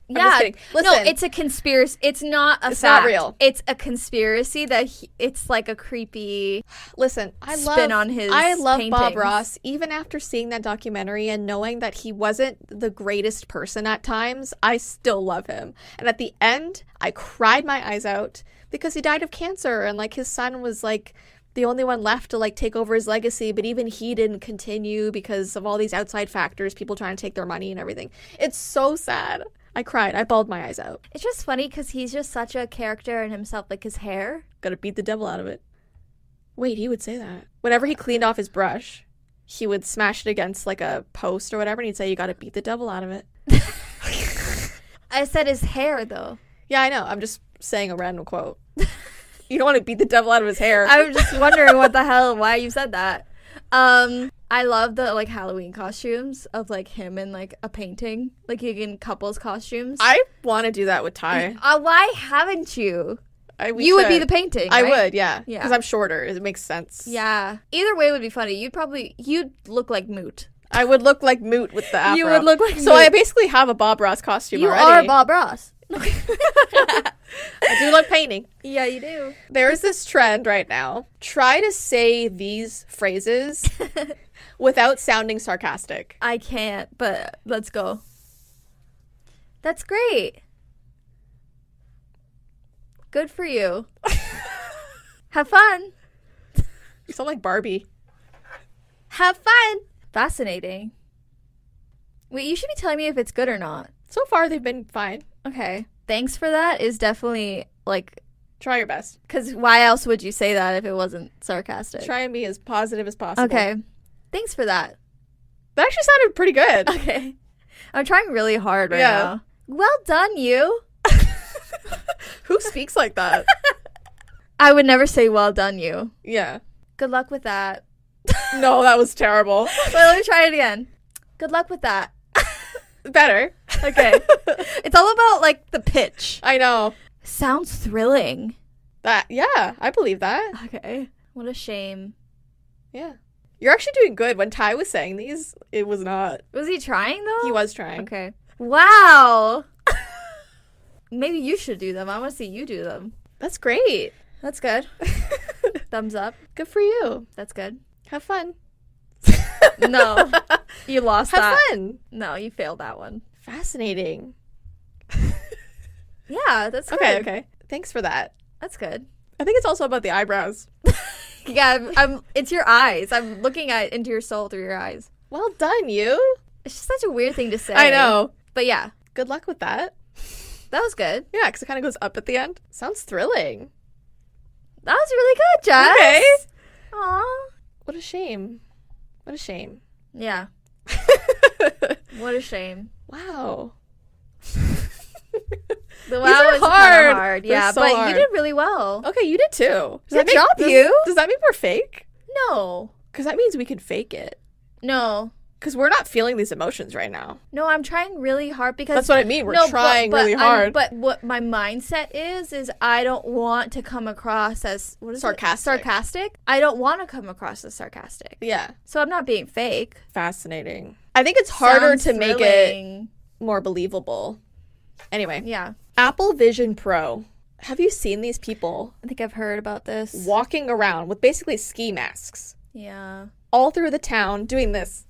Speaker 1: I'm just
Speaker 2: yeah,
Speaker 1: kidding.
Speaker 2: no,
Speaker 1: Listen.
Speaker 2: it's a conspiracy. It's not a
Speaker 1: It's not
Speaker 2: fact.
Speaker 1: real.
Speaker 2: It's a conspiracy that he, it's like a creepy.
Speaker 1: Listen, I
Speaker 2: Spin
Speaker 1: love
Speaker 2: on his
Speaker 1: I love Bob
Speaker 2: paintings.
Speaker 1: Ross even after seeing that documentary and knowing that he wasn't the greatest person at times, I still love him. And at the end, I cried my eyes out because he died of cancer and like his son was like the only one left to like take over his legacy, but even he didn't continue because of all these outside factors, people trying to take their money and everything. It's so sad. I cried. I bawled my eyes out.
Speaker 2: It's just funny because he's just such a character in himself, like his hair.
Speaker 1: Gotta beat the devil out of it. Wait, he would say that. Whenever he cleaned off his brush, he would smash it against like a post or whatever and he'd say, You gotta beat the devil out of it.
Speaker 2: I said his hair though.
Speaker 1: Yeah, I know. I'm just saying a random quote. [laughs] you don't wanna beat the devil out of his hair.
Speaker 2: [laughs] I was just wondering what the hell, why you said that. Um, I love the like Halloween costumes of like him and like a painting, like you can couples costumes.
Speaker 1: I wanna do that with Ty.
Speaker 2: uh, why haven't you?
Speaker 1: I, we
Speaker 2: you would be
Speaker 1: should.
Speaker 2: the painting.
Speaker 1: I
Speaker 2: right?
Speaker 1: would, yeah.
Speaker 2: Yeah.
Speaker 1: Because I'm shorter. It makes sense.
Speaker 2: Yeah. Either way would be funny. You'd probably you'd look like Moot.
Speaker 1: I would look like Moot with the afro.
Speaker 2: [laughs] You would look like
Speaker 1: So
Speaker 2: Moot.
Speaker 1: I basically have a Bob Ross costume
Speaker 2: You
Speaker 1: already. [laughs]
Speaker 2: are Bob Ross.
Speaker 1: I do love painting.
Speaker 2: yeah, you do.
Speaker 1: There is this trend right now. Try to say these phrases without sounding sarcastic.
Speaker 2: [laughs] I can't, but let's go. That's great. Good for
Speaker 1: [laughs]
Speaker 2: you. Have fun.
Speaker 1: You sound like Barbie.
Speaker 2: Have fun. Fascinating. Wait, you should be telling me if it's good or not.
Speaker 1: So far, they've been fine.
Speaker 2: Okay. Thanks for that is definitely like
Speaker 1: Try your best.
Speaker 2: cuz why else would you say that if it wasn't sarcastic?
Speaker 1: Try and be as positive as possible.
Speaker 2: okay. Thanks for that. [laughs]
Speaker 1: That actually sounded pretty good.
Speaker 2: Okay. I'm trying really hard right
Speaker 1: Yeah.
Speaker 2: now. Well done, you.
Speaker 1: [laughs] Who speaks like that?
Speaker 2: [laughs] I would never say well done, you.
Speaker 1: yeah.
Speaker 2: Good luck with that.
Speaker 1: No, that was terrible. [laughs]
Speaker 2: Wait, let me try it again. Good luck with that. [laughs]
Speaker 1: Better.
Speaker 2: Okay. it's all about like the pitch.
Speaker 1: I know.
Speaker 2: Sounds thrilling.
Speaker 1: That yeah, I believe that.
Speaker 2: Okay. What a shame.
Speaker 1: Yeah. You're actually doing good. When Ty was saying these, it was not.
Speaker 2: Was he trying though?
Speaker 1: He
Speaker 2: [gasps]
Speaker 1: was trying.
Speaker 2: Okay. Wow. [laughs] Maybe you should do them. I want to see you do them.
Speaker 1: That's [laughs] great.
Speaker 2: That's good. Thumbs up.
Speaker 1: Good for you.
Speaker 2: That's good.
Speaker 1: Have fun.
Speaker 2: [laughs] No. You lost
Speaker 1: Have
Speaker 2: that.
Speaker 1: fun.
Speaker 2: No, you failed that one.
Speaker 1: [laughs] Fascinating.
Speaker 2: Yeah, that's good.
Speaker 1: Okay, okay. Thanks for that.
Speaker 2: That's good.
Speaker 1: I think it's also about the [laughs] eyebrows.
Speaker 2: Yeah, I'm, I'm- It's your eyes. I'm looking at into your soul through your eyes.
Speaker 1: Well done, you.
Speaker 2: It's just such a weird thing to say.
Speaker 1: I know.
Speaker 2: But yeah,
Speaker 1: Good luck with that.
Speaker 2: that was good.
Speaker 1: Yeah, because it kind of goes up at the end. Sounds thrilling.
Speaker 2: That was really good, Jess.
Speaker 1: Okay.
Speaker 2: Aw.
Speaker 1: What a shame. What a [laughs] shame.
Speaker 2: Yeah. What a shame.
Speaker 1: [laughs] wow.
Speaker 2: The
Speaker 1: These are
Speaker 2: wow was kinda
Speaker 1: hard.
Speaker 2: hard.
Speaker 1: They're
Speaker 2: Yeah,
Speaker 1: so
Speaker 2: but
Speaker 1: hard. Oh.
Speaker 2: you did really well.
Speaker 1: Okay, you did too.
Speaker 2: Good job,
Speaker 1: does-
Speaker 2: you.
Speaker 1: Does that mean we're fake?
Speaker 2: No.
Speaker 1: Because that means we can fake it.
Speaker 2: No.
Speaker 1: Because we're not feeling these emotions right now.
Speaker 2: No, I'm trying really hard because
Speaker 1: That's what I mean. We're
Speaker 2: No, but-
Speaker 1: trying
Speaker 2: but
Speaker 1: really
Speaker 2: I'm-
Speaker 1: hard.
Speaker 2: but what my mindset is is I don't want to come across as what is it?
Speaker 1: Sarcastic.
Speaker 2: Sarcastic. I don't want to come across as sarcastic.
Speaker 1: yeah,
Speaker 2: So I'm not being fake.
Speaker 1: fascinating. I think it's harder
Speaker 2: Sounds
Speaker 1: to make it
Speaker 2: thrilling.
Speaker 1: more believable. Anyway,
Speaker 2: Yeah,
Speaker 1: Apple Vision Pro. Have you seen these people
Speaker 2: I think I've heard about this.
Speaker 1: walking around with basically ski masks
Speaker 2: Yeah.
Speaker 1: all through the town doing this?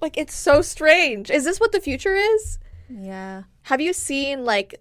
Speaker 1: Like, it's so strange. Is this what the future is?
Speaker 2: Yeah.
Speaker 1: Have you seen, like,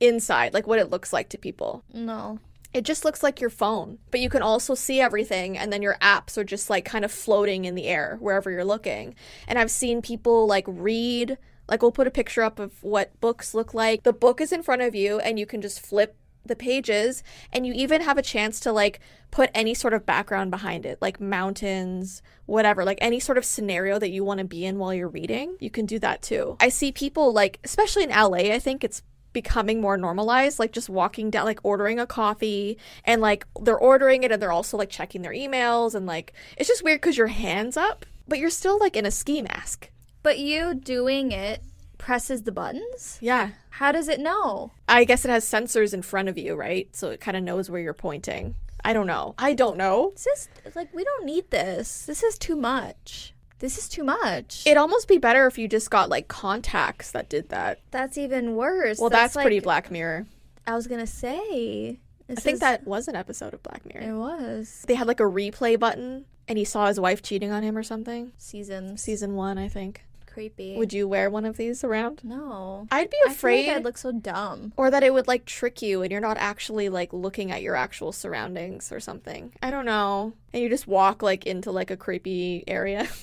Speaker 1: inside, like what it looks like to people?
Speaker 2: No.
Speaker 1: It just looks like your phone, but you can also see everything, and then your apps are just like kind of floating in the air wherever you're looking. And I've seen people like read, like, we'll put a picture up of what books look like. The book is in front of you, and you can just flip the pages, and you even have a chance to like put any sort of background behind it, like mountains, whatever, like any sort of scenario that you want to be in while you're reading. You can do that too. I see people like, especially in LA, I think it's becoming more normalized like just walking down like ordering a coffee and like they're ordering it and they're also like checking their emails and like it's just weird because your hands up but you're still like in a ski mask
Speaker 2: But you doing it presses the buttons?
Speaker 1: yeah
Speaker 2: How does it know?
Speaker 1: i guess it has sensors in front of you right so it kind of knows where you're pointing i don't know i don't know
Speaker 2: It's just like we don't need this. This is too much. This is too much.
Speaker 1: it'd almost be better if you just got like contacts that did that
Speaker 2: that's even worse.
Speaker 1: well that's,
Speaker 2: like-
Speaker 1: pretty black mirror
Speaker 2: I was gonna say.
Speaker 1: i think that was an episode of black mirror
Speaker 2: it was
Speaker 1: they had like a replay button and he saw his wife cheating on him or something
Speaker 2: season
Speaker 1: season one i think
Speaker 2: creepy.
Speaker 1: would you wear one of these around
Speaker 2: no,
Speaker 1: I'd be
Speaker 2: I feel like
Speaker 1: afraid,
Speaker 2: I'd look so dumb.
Speaker 1: or that it would like trick you, and you're not actually like looking at your actual surroundings or something. I don't know. And you just walk like into like a creepy area. [laughs]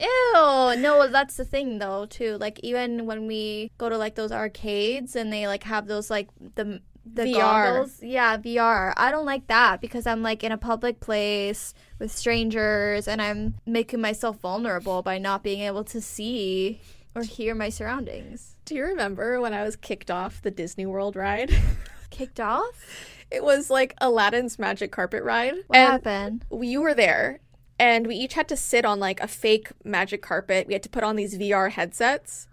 Speaker 2: Ew. No, that's the thing though too. Like even when we go to like those arcades and they like have those like the the
Speaker 1: VR.
Speaker 2: goggles. Yeah, VR. I don't like that because I'm like in a public place with strangers and I'm making myself vulnerable by not being able to see or hear my surroundings.
Speaker 1: Do you remember when I was kicked off the Disney World ride? [laughs]
Speaker 2: Kicked off?
Speaker 1: it was like Aladdin's magic carpet ride,
Speaker 2: What
Speaker 1: and
Speaker 2: happened?
Speaker 1: we- you were there. And we each had to sit on like a fake magic carpet. We had to put on these VR headsets.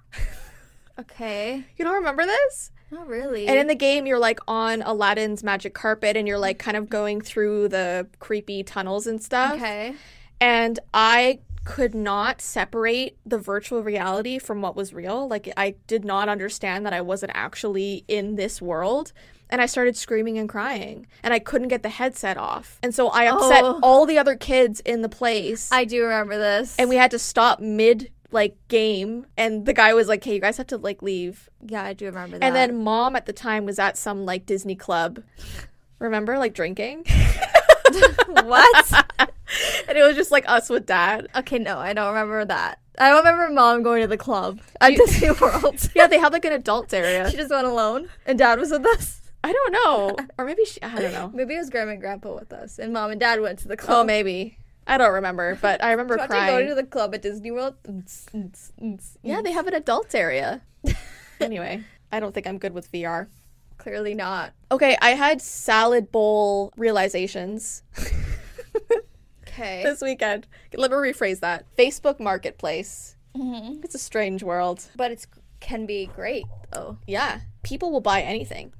Speaker 2: Okay.
Speaker 1: You don't remember this?
Speaker 2: Not really.
Speaker 1: And in the game, you're like on Aladdin's magic carpet and you're like kind of going through the creepy tunnels and stuff.
Speaker 2: okay.
Speaker 1: And I could not separate the virtual reality from what was real. Like, I did not understand that I wasn't actually in this world. And I started screaming and crying. And I couldn't get the headset off. And so I upset
Speaker 2: Oh.
Speaker 1: all the other kids in the place.
Speaker 2: I do remember this.
Speaker 1: and we had to stop mid like game and the guy was like hey you guys have to like leave
Speaker 2: [laughs] yeah, I do remember that.
Speaker 1: and then mom at the time was at some
Speaker 2: [laughs]
Speaker 1: like Disney club. Remember, like drinking?
Speaker 2: what?
Speaker 1: and it was just like us with dad.
Speaker 2: [laughs] Okay, no, I don't remember that. I remember mom going to the [laughs] club at
Speaker 1: You-
Speaker 2: Disney [laughs] World.
Speaker 1: Yeah, they have like an adults area.
Speaker 2: she just went alone, and dad was with us.
Speaker 1: I don't know, or maybe she, I don't know.
Speaker 2: Maybe it was grandma and grandpa with us, and mom and dad went to the club.
Speaker 1: Oh, maybe I don't remember, but I remember
Speaker 2: Imagine
Speaker 1: crying.
Speaker 2: going to the club at Disney World. [laughs]
Speaker 1: yeah, they have an adults area. anyway, I don't think I'm good with VR.
Speaker 2: clearly not.
Speaker 1: Okay, I had salad bowl realizations [laughs]
Speaker 2: Okay. [laughs]
Speaker 1: this weekend. Let me rephrase that. Facebook Marketplace.
Speaker 2: Mhm.
Speaker 1: It's a strange world.
Speaker 2: But it's can be great though.
Speaker 1: Yeah, people will buy anything.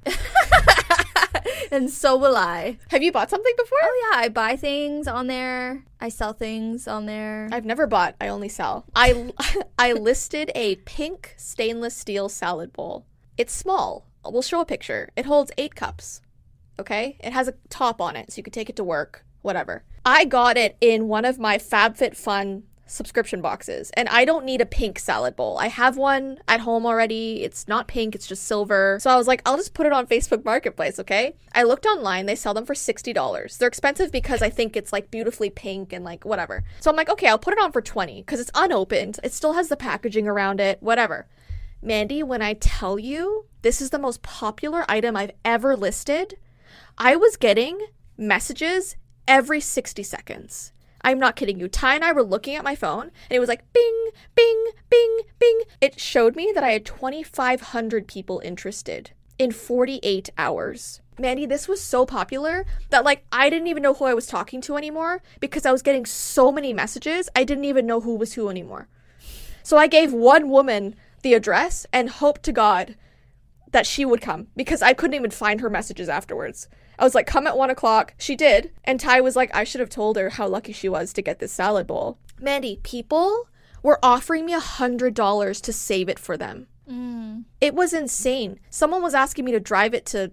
Speaker 2: and so will I.
Speaker 1: Have you bought something before?
Speaker 2: Oh yeah, I buy things on there. I sell things on there.
Speaker 1: I've never bought. I only sell. I [laughs] I listed a pink stainless steel salad bowl. It's small. We'll show a picture. It holds 8 cups. Okay? It has a top on it so you can take it to work, whatever. I got it in one of my FabFitFun subscription boxes and I don't need a pink salad bowl. I have one at home already. It's not pink, it's just silver. So I was like, I'll just put it on Facebook Marketplace, okay? I looked online, they sell them for $60. They're expensive because I think it's like beautifully pink and like whatever. So I'm like, okay, I'll put it on for 20 cuz it's unopened. It still has the packaging around it, whatever. Mandy, when I tell you this is the most popular item I've ever listed, I was getting messages every 60 seconds. I'm not kidding you. Ty and I were looking at my phone and it was like bing, bing, bing, bing. It showed me that I had 2,500 people interested in 48 hours. Mandy, this was so popular that like I didn't even know who I was talking to anymore because I was getting so many messages. I didn't even know who was who anymore. So I gave one woman the address and hoped to God that she would come because I couldn't even find her messages afterwards. I was like, come at one o'clock. She did. And Ty was like, I should have told her how lucky she was to get this salad bowl. Mandy, people were offering me a $100 to save it for them. It was insane. Someone was asking me to drive it to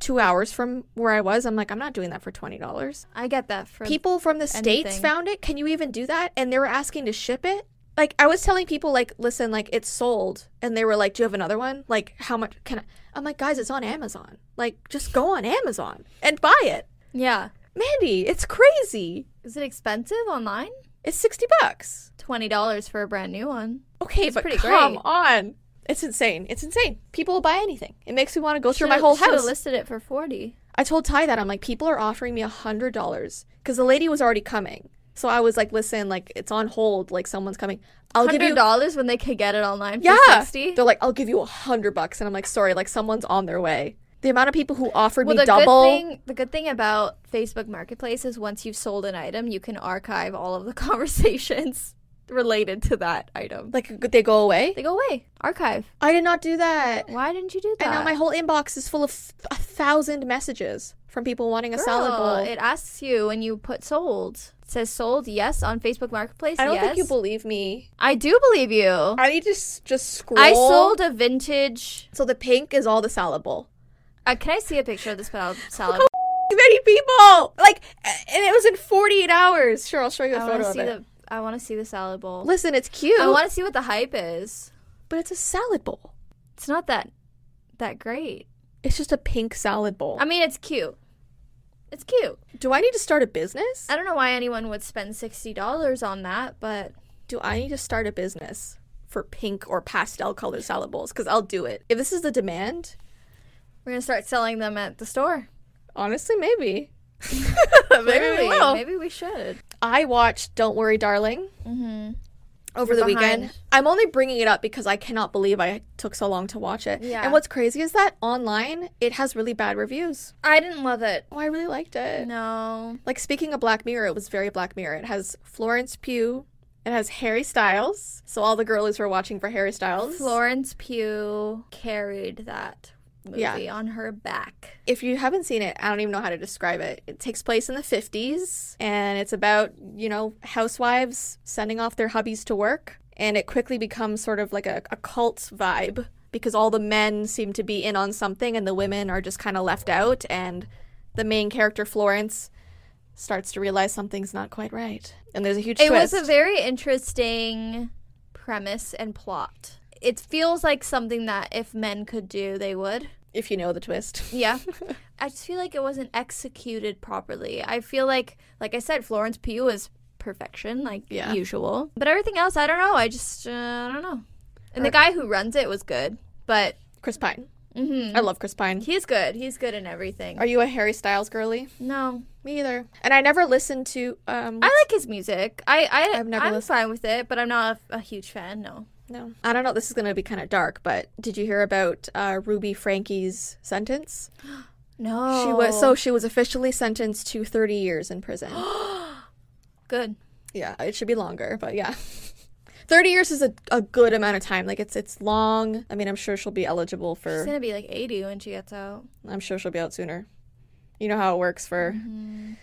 Speaker 1: two hours from where I was. I'm like, I'm not doing that for $20.
Speaker 2: I get that for
Speaker 1: People from the States
Speaker 2: anything.
Speaker 1: found it. Can you even do that? And they were asking to ship it. Like, I was telling people, like, listen, like, it's sold. And they were like, do you have another one? Like, how much can I? I'm like, guys, it's on Amazon. Like, just go on Amazon and buy it.
Speaker 2: Yeah.
Speaker 1: Mandy, it's crazy.
Speaker 2: Is it expensive online?
Speaker 1: It's 60 bucks.
Speaker 2: Twenty dollars for a brand new one.
Speaker 1: Okay, but
Speaker 2: pretty
Speaker 1: come
Speaker 2: great.
Speaker 1: on. It's insane. It's insane. People will buy anything. It makes me want to go through my
Speaker 2: Should've-
Speaker 1: whole
Speaker 2: should've
Speaker 1: house.
Speaker 2: listed it for forty.
Speaker 1: I told Ty that I'm like, people are offering me a hundred dollars because the lady was already coming. So I was like, listen, like it's on hold, like someone's coming. I'll give
Speaker 2: Hundred
Speaker 1: you
Speaker 2: dollars when they could get it online for
Speaker 1: yeah.
Speaker 2: sixty.
Speaker 1: They're like, I'll give you a hundred bucks, and I'm like, sorry, like someone's on their way. The amount of people who offered
Speaker 2: Well,
Speaker 1: me
Speaker 2: the
Speaker 1: double.
Speaker 2: good thing the good thing about Facebook Marketplace is once you've sold an item, you can archive all of the [laughs] conversations related to that item.
Speaker 1: like they go away.
Speaker 2: They go away. Archive.
Speaker 1: I did not do that,
Speaker 2: Why didn't you do that?
Speaker 1: and now my whole inbox is full of f- a thousand messages from people wanting a salad bowl.
Speaker 2: Girl, It asks you when you put sold. It says sold, yes, on Facebook Marketplace.
Speaker 1: I don't
Speaker 2: yes.
Speaker 1: think you believe me.
Speaker 2: I do believe you. I,
Speaker 1: I need to s- just scroll.
Speaker 2: sold a vintage.
Speaker 1: So the pink is all the salad bowl.
Speaker 2: Uh, can I see a picture of
Speaker 1: [laughs]
Speaker 2: this salad? salad?
Speaker 1: Look how many people. Like, and it was in 48 hours. Sure, I'll show you a
Speaker 2: I want
Speaker 1: photo
Speaker 2: to
Speaker 1: of
Speaker 2: see
Speaker 1: it.
Speaker 2: the. I want to see the salad bowl.
Speaker 1: Listen, it's cute,
Speaker 2: I want to see what the hype is.
Speaker 1: but it's a salad bowl.
Speaker 2: It's not that that great.
Speaker 1: It's just a pink salad bowl.
Speaker 2: I mean, it's cute. It's cute.
Speaker 1: Do I need to start a business?
Speaker 2: I don't know why anyone would spend sixty dollars on that, but
Speaker 1: Do I need to start a business for pink or pastel colored salad bowls? Because I'll do it. If this is the demand,
Speaker 2: we're gonna start selling them at the store.
Speaker 1: honestly,
Speaker 2: [laughs]
Speaker 1: maybe. maybe we
Speaker 2: Literally,
Speaker 1: will.
Speaker 2: Maybe we should.
Speaker 1: I watched Don't Worry, Darling.
Speaker 2: Mm-hmm.
Speaker 1: over
Speaker 2: You're
Speaker 1: the weekend.
Speaker 2: behind.
Speaker 1: I'm only bringing it up because I cannot believe I took so long to watch it.
Speaker 2: Yeah.
Speaker 1: And what's crazy is that online it has really bad reviews.
Speaker 2: I didn't love it.
Speaker 1: Oh, I really liked it.
Speaker 2: No.
Speaker 1: Like speaking of Black Mirror, it was very Black Mirror. It has Florence Pugh. It has Harry Styles. So all the girlies were watching for Harry Styles.
Speaker 2: Florence Pugh carried that movie
Speaker 1: Yeah.
Speaker 2: on her back.
Speaker 1: if you haven't seen it, I don't even know how to describe it. It takes place in the 50s and it's about, you know, housewives sending off their hubbies to work. And it quickly becomes sort of like a, a cult vibe because all the men seem to be in on something and the women are just kind of left out. And the main character, Florence, starts to realize something's not quite right. And there's a huge
Speaker 2: It
Speaker 1: twist.
Speaker 2: was a very interesting premise and plot. It feels like something that if men could do, they would.
Speaker 1: if you know the twist. [laughs]
Speaker 2: Yeah. I just feel like it wasn't executed properly. I feel like, like I said, Florence Pugh was perfection, like
Speaker 1: Yeah.
Speaker 2: usual. But everything else, I don't know. I just, uh, I don't know. And the guy who runs it was good, but
Speaker 1: Chris Pine.
Speaker 2: mhm.
Speaker 1: I love Chris Pine.
Speaker 2: he's good. He's good in everything.
Speaker 1: Are you a Harry Styles girly?
Speaker 2: No,
Speaker 1: Me either. And I never listened to um
Speaker 2: I like his music. I, I
Speaker 1: I've never
Speaker 2: I'm
Speaker 1: listened-
Speaker 2: fine with it, but I'm not a, a huge fan. No.
Speaker 1: no. I don't know, this is going to be kind of dark, but did you hear about uh Ruby Frankie's sentence?
Speaker 2: No.
Speaker 1: She was
Speaker 2: Oh.
Speaker 1: so she was officially sentenced to 30 years in prison.
Speaker 2: good.
Speaker 1: yeah, it should be longer, but yeah. [laughs] 30 years is a, a good amount of time. Like it's it's long. I mean, I'm sure she'll be eligible
Speaker 2: She's
Speaker 1: for
Speaker 2: gonna be like 80 when she gets out.
Speaker 1: I'm sure she'll be out sooner. You know how it works for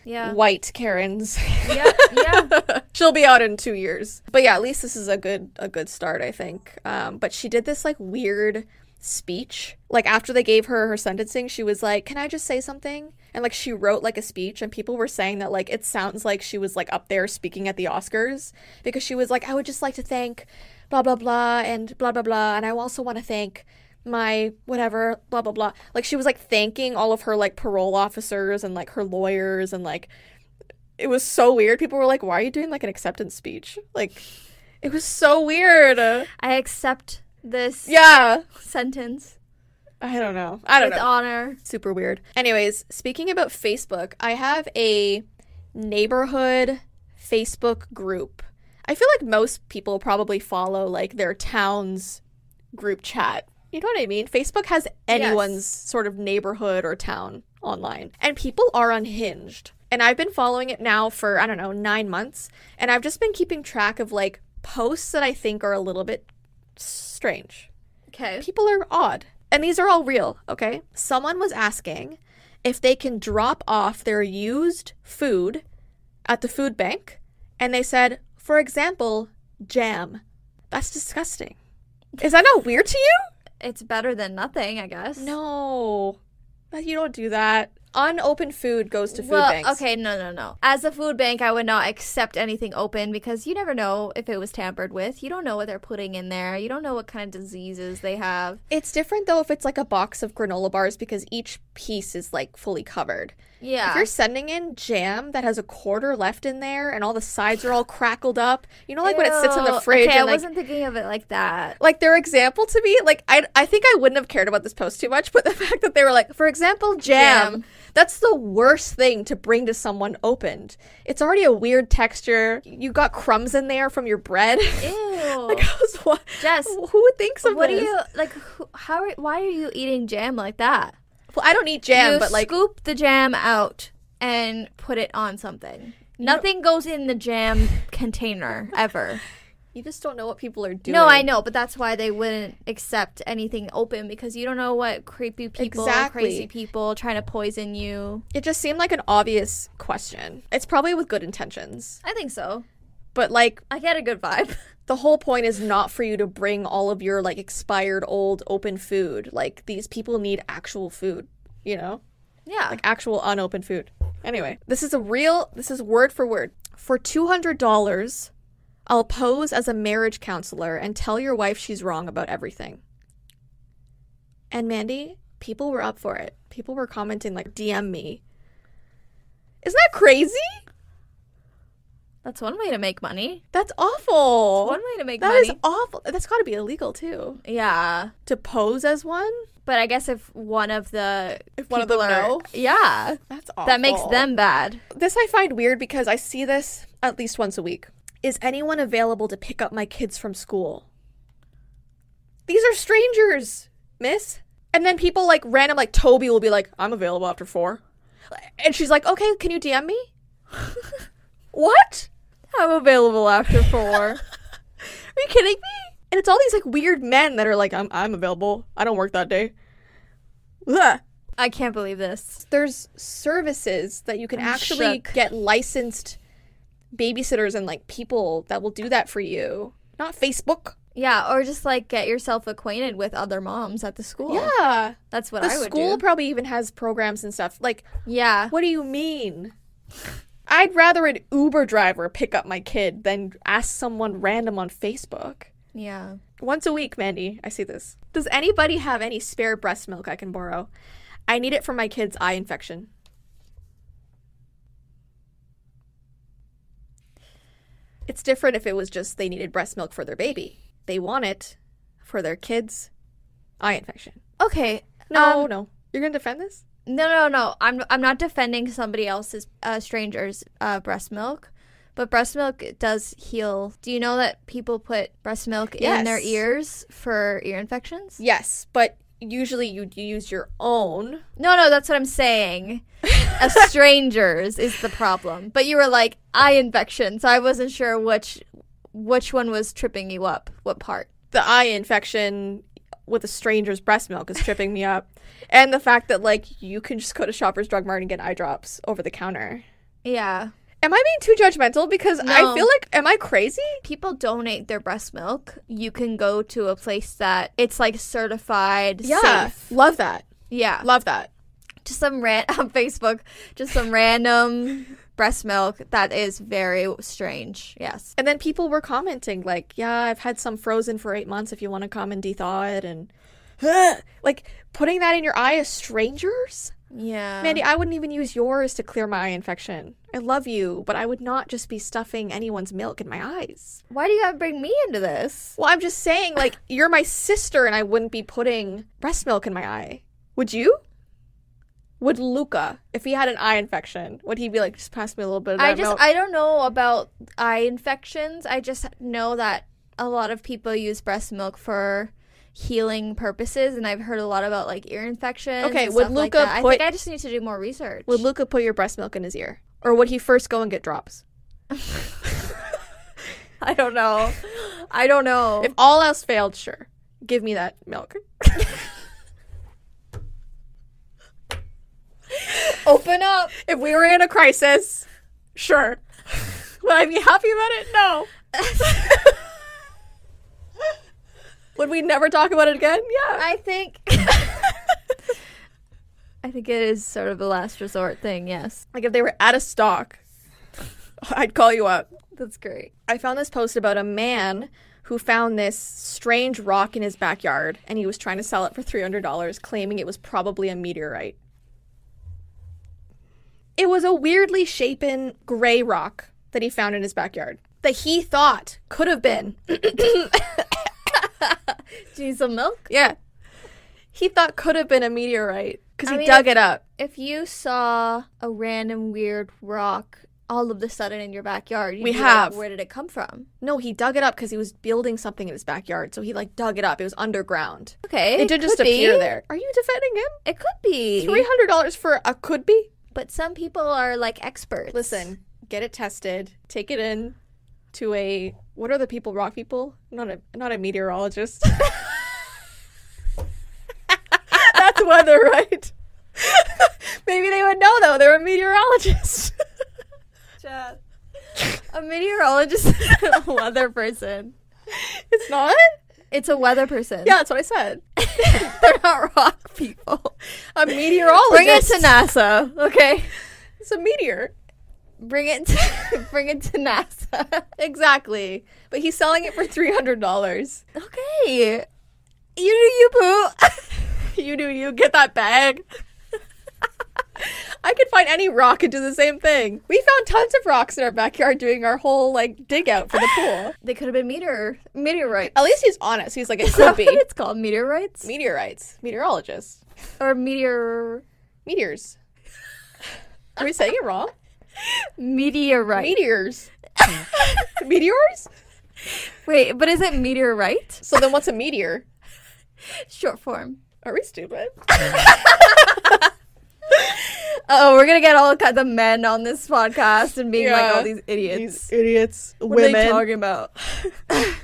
Speaker 2: Yeah.
Speaker 1: white Karens. [laughs]
Speaker 2: yeah. Yeah. [laughs]
Speaker 1: She'll be out in two years. But yeah, at least this is a good a good start, I think. Um, but she did this like weird speech. Like after they gave her her sentencing, she was like, "Can I just say something?" And like she wrote like a speech, and people were saying that like it sounds like she was like up there speaking at the Oscars because she was like, "I would just like to thank blah blah blah and blah blah blah, and I also want to thank." my whatever blah blah blah like she was like thanking all of her like parole officers and like her lawyers and like it was so weird. People were like, "Why are you doing like an acceptance speech?" Like, it was so weird. Uh,
Speaker 2: I accept this
Speaker 1: yeah,
Speaker 2: sentence
Speaker 1: I don't know. I don't
Speaker 2: with
Speaker 1: know.
Speaker 2: honor.
Speaker 1: Super weird. Anyways, speaking about Facebook, I have a neighborhood Facebook group. I feel like most people probably follow like their town's group chat. You know what I mean? Facebook has anyone's sort of neighborhood or town online. And people are unhinged. And I've been following it now for, I don't know, nine months. And I've just been keeping track of like posts that I think are a little bit strange
Speaker 2: Okay.
Speaker 1: people are odd. And these are all real, okay? Someone was asking if they can drop off their used food at the food bank, and they said, for example, jam. That's disgusting. Is that not weird to you?
Speaker 2: It's better than nothing, I guess.
Speaker 1: No. Like, You don't do that. Unopened food goes to food
Speaker 2: well,
Speaker 1: banks.
Speaker 2: okay, no, no, no. As a food bank, I would not accept anything open because you never know if it was tampered with. You don't know what they're putting in there. You don't know what kind of diseases they have.
Speaker 1: It's different though if it's like a box of granola bars because each piece is like fully covered. If
Speaker 2: Yeah.
Speaker 1: you're sending in jam that has a quarter left in there and all the sides are all crackled up, you know, like when it sits in
Speaker 2: Ew.
Speaker 1: the fridge
Speaker 2: Okay,
Speaker 1: and
Speaker 2: I
Speaker 1: like,
Speaker 2: wasn't thinking of it like that.
Speaker 1: like their example to me, like I, I think I wouldn't have cared about this post too much, but the [laughs] fact that they were like, for example, jam,
Speaker 2: Jam.
Speaker 1: that's the worst thing to bring to someone opened. It's already a weird texture. You got crumbs in there from your bread.
Speaker 2: Ew.
Speaker 1: [laughs] like, I was, what,
Speaker 2: Jess,
Speaker 1: who thinks of
Speaker 2: what do
Speaker 1: this?
Speaker 2: you like? Who, how are? Why are you eating jam like that?
Speaker 1: Well, I don't eat jam,
Speaker 2: you
Speaker 1: but like,
Speaker 2: scoop the jam out and put it on something. Nothing goes in the jam container
Speaker 1: [laughs]
Speaker 2: ever.
Speaker 1: you just don't know what people are doing.
Speaker 2: No, I know, but that's why they wouldn't accept anything open because you don't know what creepy people,
Speaker 1: Exactly.
Speaker 2: crazy people trying to poison you.
Speaker 1: It just seemed like an obvious question. It's probably with good intentions.
Speaker 2: I think so.
Speaker 1: But like
Speaker 2: I get a good
Speaker 1: [laughs]
Speaker 2: vibe.
Speaker 1: the whole point is not for you to bring all of your like expired old open food. Like these people need actual food, you know?
Speaker 2: Yeah.
Speaker 1: Like actual unopened food. Anyway, this is a real this is word for word. For $200, I'll pose as a marriage counselor and tell your wife she's wrong about everything. And Mandy, people were up for it. People were commenting like DM me. Isn't that crazy?
Speaker 2: that's one way to make money.
Speaker 1: That's awful.
Speaker 2: One way to make
Speaker 1: Oh, That
Speaker 2: money.
Speaker 1: is awful. That's got to be illegal too.
Speaker 2: yeah.
Speaker 1: To pose as one?
Speaker 2: But I guess if one of the
Speaker 1: If one of them
Speaker 2: people are-
Speaker 1: know?
Speaker 2: Yeah.
Speaker 1: That's awful.
Speaker 2: That makes them bad.
Speaker 1: This I find weird because I see this at least once a week. Is anyone available to pick up my kids from school? These are strangers, miss. And then people like random like Toby will be like, "I'm available after 4." And she's like, "Okay, can you DM me?" [laughs] what?
Speaker 2: I'm available after four.
Speaker 1: [laughs] Are you kidding me? And it's all these like weird men that are like, "I'm I'm available. I don't work that day." Ugh.
Speaker 2: [laughs] I can't believe this.
Speaker 1: there's services that you can
Speaker 2: I'm
Speaker 1: actually
Speaker 2: shook.
Speaker 1: get licensed babysitters and like people that will do that for you. Not Facebook.
Speaker 2: Yeah, or just like get yourself acquainted with other moms at the school.
Speaker 1: Yeah.
Speaker 2: That's what
Speaker 1: The
Speaker 2: I would
Speaker 1: school
Speaker 2: do.
Speaker 1: probably even has programs and stuff.
Speaker 2: [laughs]
Speaker 1: Like,
Speaker 2: Yeah.
Speaker 1: what do you mean? I'd rather an Uber driver pick up my kid than ask someone random on Facebook.
Speaker 2: Yeah.
Speaker 1: Once a week, Mandy, I see this. Does anybody have any spare breast milk I can borrow? I need it for my kid's eye infection. It's different if it was just they needed breast milk for their baby. They want it for their kid's eye infection.
Speaker 2: Okay.
Speaker 1: No,
Speaker 2: um,
Speaker 1: no. You're going to defend this?
Speaker 2: No, no, no. I'm I'm not defending somebody else's uh, stranger's uh, breast milk, but breast milk does heal. Do you know that people put breast milk in their
Speaker 1: Yes.
Speaker 2: ears for ear infections?
Speaker 1: Yes, but usually you you use your own.
Speaker 2: No, no, that's what I'm saying.
Speaker 1: [laughs]
Speaker 2: A stranger's is the problem. But you were like eye infection, so I wasn't sure which which one was tripping you up. What part?
Speaker 1: The eye infection with a stranger's breast milk is tripping me up. And the fact that like you can just go to Shoppers Drug Mart and get eye drops over the counter.
Speaker 2: Yeah.
Speaker 1: Am I being too judgmental? Because I
Speaker 2: No.
Speaker 1: feel like am I crazy?
Speaker 2: People donate their breast milk. You can go to a place that it's like certified safe.
Speaker 1: Love that.
Speaker 2: Yeah.
Speaker 1: Love that.
Speaker 2: just some ran [laughs] on Facebook, just some random breast milk that is very strange. Yes.
Speaker 1: And then people were commenting like, "Yeah, I've had some frozen for 8 months if you want to come and de-thaw it and [gasps] like putting that in your eye as strangers?
Speaker 2: Yeah.
Speaker 1: Mandy, I wouldn't even use yours to clear my eye infection. I love you, but I would not just be stuffing anyone's milk in my eyes.
Speaker 2: why do you gotta bring me into this?
Speaker 1: Well, I'm just saying, like, you're my sister, and I wouldn't be putting breast milk in my eye. Would you? Would Luca, if he had an eye infection, would he be like, just pass me a little bit of that
Speaker 2: I just
Speaker 1: milk?
Speaker 2: I don't know about eye infections. I just know that a lot of people use breast milk for healing purposes and I've heard a lot about like ear infections.
Speaker 1: Okay,
Speaker 2: and
Speaker 1: would
Speaker 2: stuff like
Speaker 1: Luca
Speaker 2: that. I
Speaker 1: put-
Speaker 2: think I just need to do more research.
Speaker 1: would Luca put your breast milk in his ear, or would he first go and get drops?
Speaker 2: [laughs] I don't know. I don't know.
Speaker 1: If all else failed, sure, give me that milk. [laughs]
Speaker 2: Open up.
Speaker 1: If we were in a crisis, sure. [laughs] Would I be happy about it?
Speaker 2: [laughs]
Speaker 1: No. [laughs] Would we never talk about it again? Yeah.
Speaker 2: I
Speaker 1: [laughs]
Speaker 2: think. I think it is sort of a last resort thing. Yes,
Speaker 1: Like if they were out of stock, I'd call you up.
Speaker 2: that's great.
Speaker 1: I found this post about a man who found this strange rock in his backyard and he was trying to sell it for $300, claiming it was probably a meteorite. It was a weirdly shapen gray rock that he found in his backyard that he thought could have been [laughs]
Speaker 2: Do you need some milk?
Speaker 1: Yeah. He thought could have been a meteorite because
Speaker 2: I
Speaker 1: he
Speaker 2: mean,
Speaker 1: dug it up.
Speaker 2: If you saw a random weird rock all of the sudden in your backyard, you'd
Speaker 1: We
Speaker 2: be like,
Speaker 1: have.
Speaker 2: Where did it come from?
Speaker 1: No, he dug it up because he was building something in his backyard. So he like dug it up. It was underground.
Speaker 2: Okay,
Speaker 1: It, did just
Speaker 2: could
Speaker 1: appear
Speaker 2: be.
Speaker 1: there. Are you defending him?
Speaker 2: It could be.
Speaker 1: Three hundred dollars for a could be?
Speaker 2: But some people are like experts. [laughs]
Speaker 1: Listen, get it tested. Take it in to a what are the people? Rock people? Not a not a meteorologist. [laughs] That's weather, right? [laughs] Maybe they would know though. They're a meteorologist. [laughs]
Speaker 2: a meteorologist, is
Speaker 1: [laughs]
Speaker 2: a weather person.
Speaker 1: it's not.
Speaker 2: It's a weather person.
Speaker 1: Yeah, that's what I [laughs] said.
Speaker 2: [laughs] they're not
Speaker 1: [laughs]
Speaker 2: rock
Speaker 1: Oh.
Speaker 2: people.
Speaker 1: A meteorologist.
Speaker 2: Bring it to NASA, okay?
Speaker 1: It's a meteor.
Speaker 2: [laughs] Bring it to [laughs] bring it to NASA. [laughs]
Speaker 1: Exactly. But he's selling it for three hundred dollars.
Speaker 2: Okay. You do you poo.
Speaker 1: [laughs] you do you get that bag. [laughs] I could find any rock and do the same thing. We found tons of rocks in our backyard doing our whole like dig out for the
Speaker 2: [laughs]
Speaker 1: pool.
Speaker 2: [laughs] they could have been meteor [laughs] meteorite.
Speaker 1: At least he's honest. He's like it
Speaker 2: Is that
Speaker 1: could
Speaker 2: what
Speaker 1: be
Speaker 2: it's called? Meteorites?
Speaker 1: meteorites, meteorologists,
Speaker 2: or meteor [laughs]
Speaker 1: meteors. Are we saying it wrong?
Speaker 2: meteorite. [laughs]
Speaker 1: Meteors, meteors.
Speaker 2: Wait, but is it meteorite?
Speaker 1: So then, what's a meteor?
Speaker 2: [laughs] Short form.
Speaker 1: Are we stupid?
Speaker 2: Oh, we're gonna get all ki- the men on this podcast and being like
Speaker 1: Yeah.
Speaker 2: all these idiots.
Speaker 1: These idiots,
Speaker 2: what
Speaker 1: women.
Speaker 2: are they talking [laughs] about?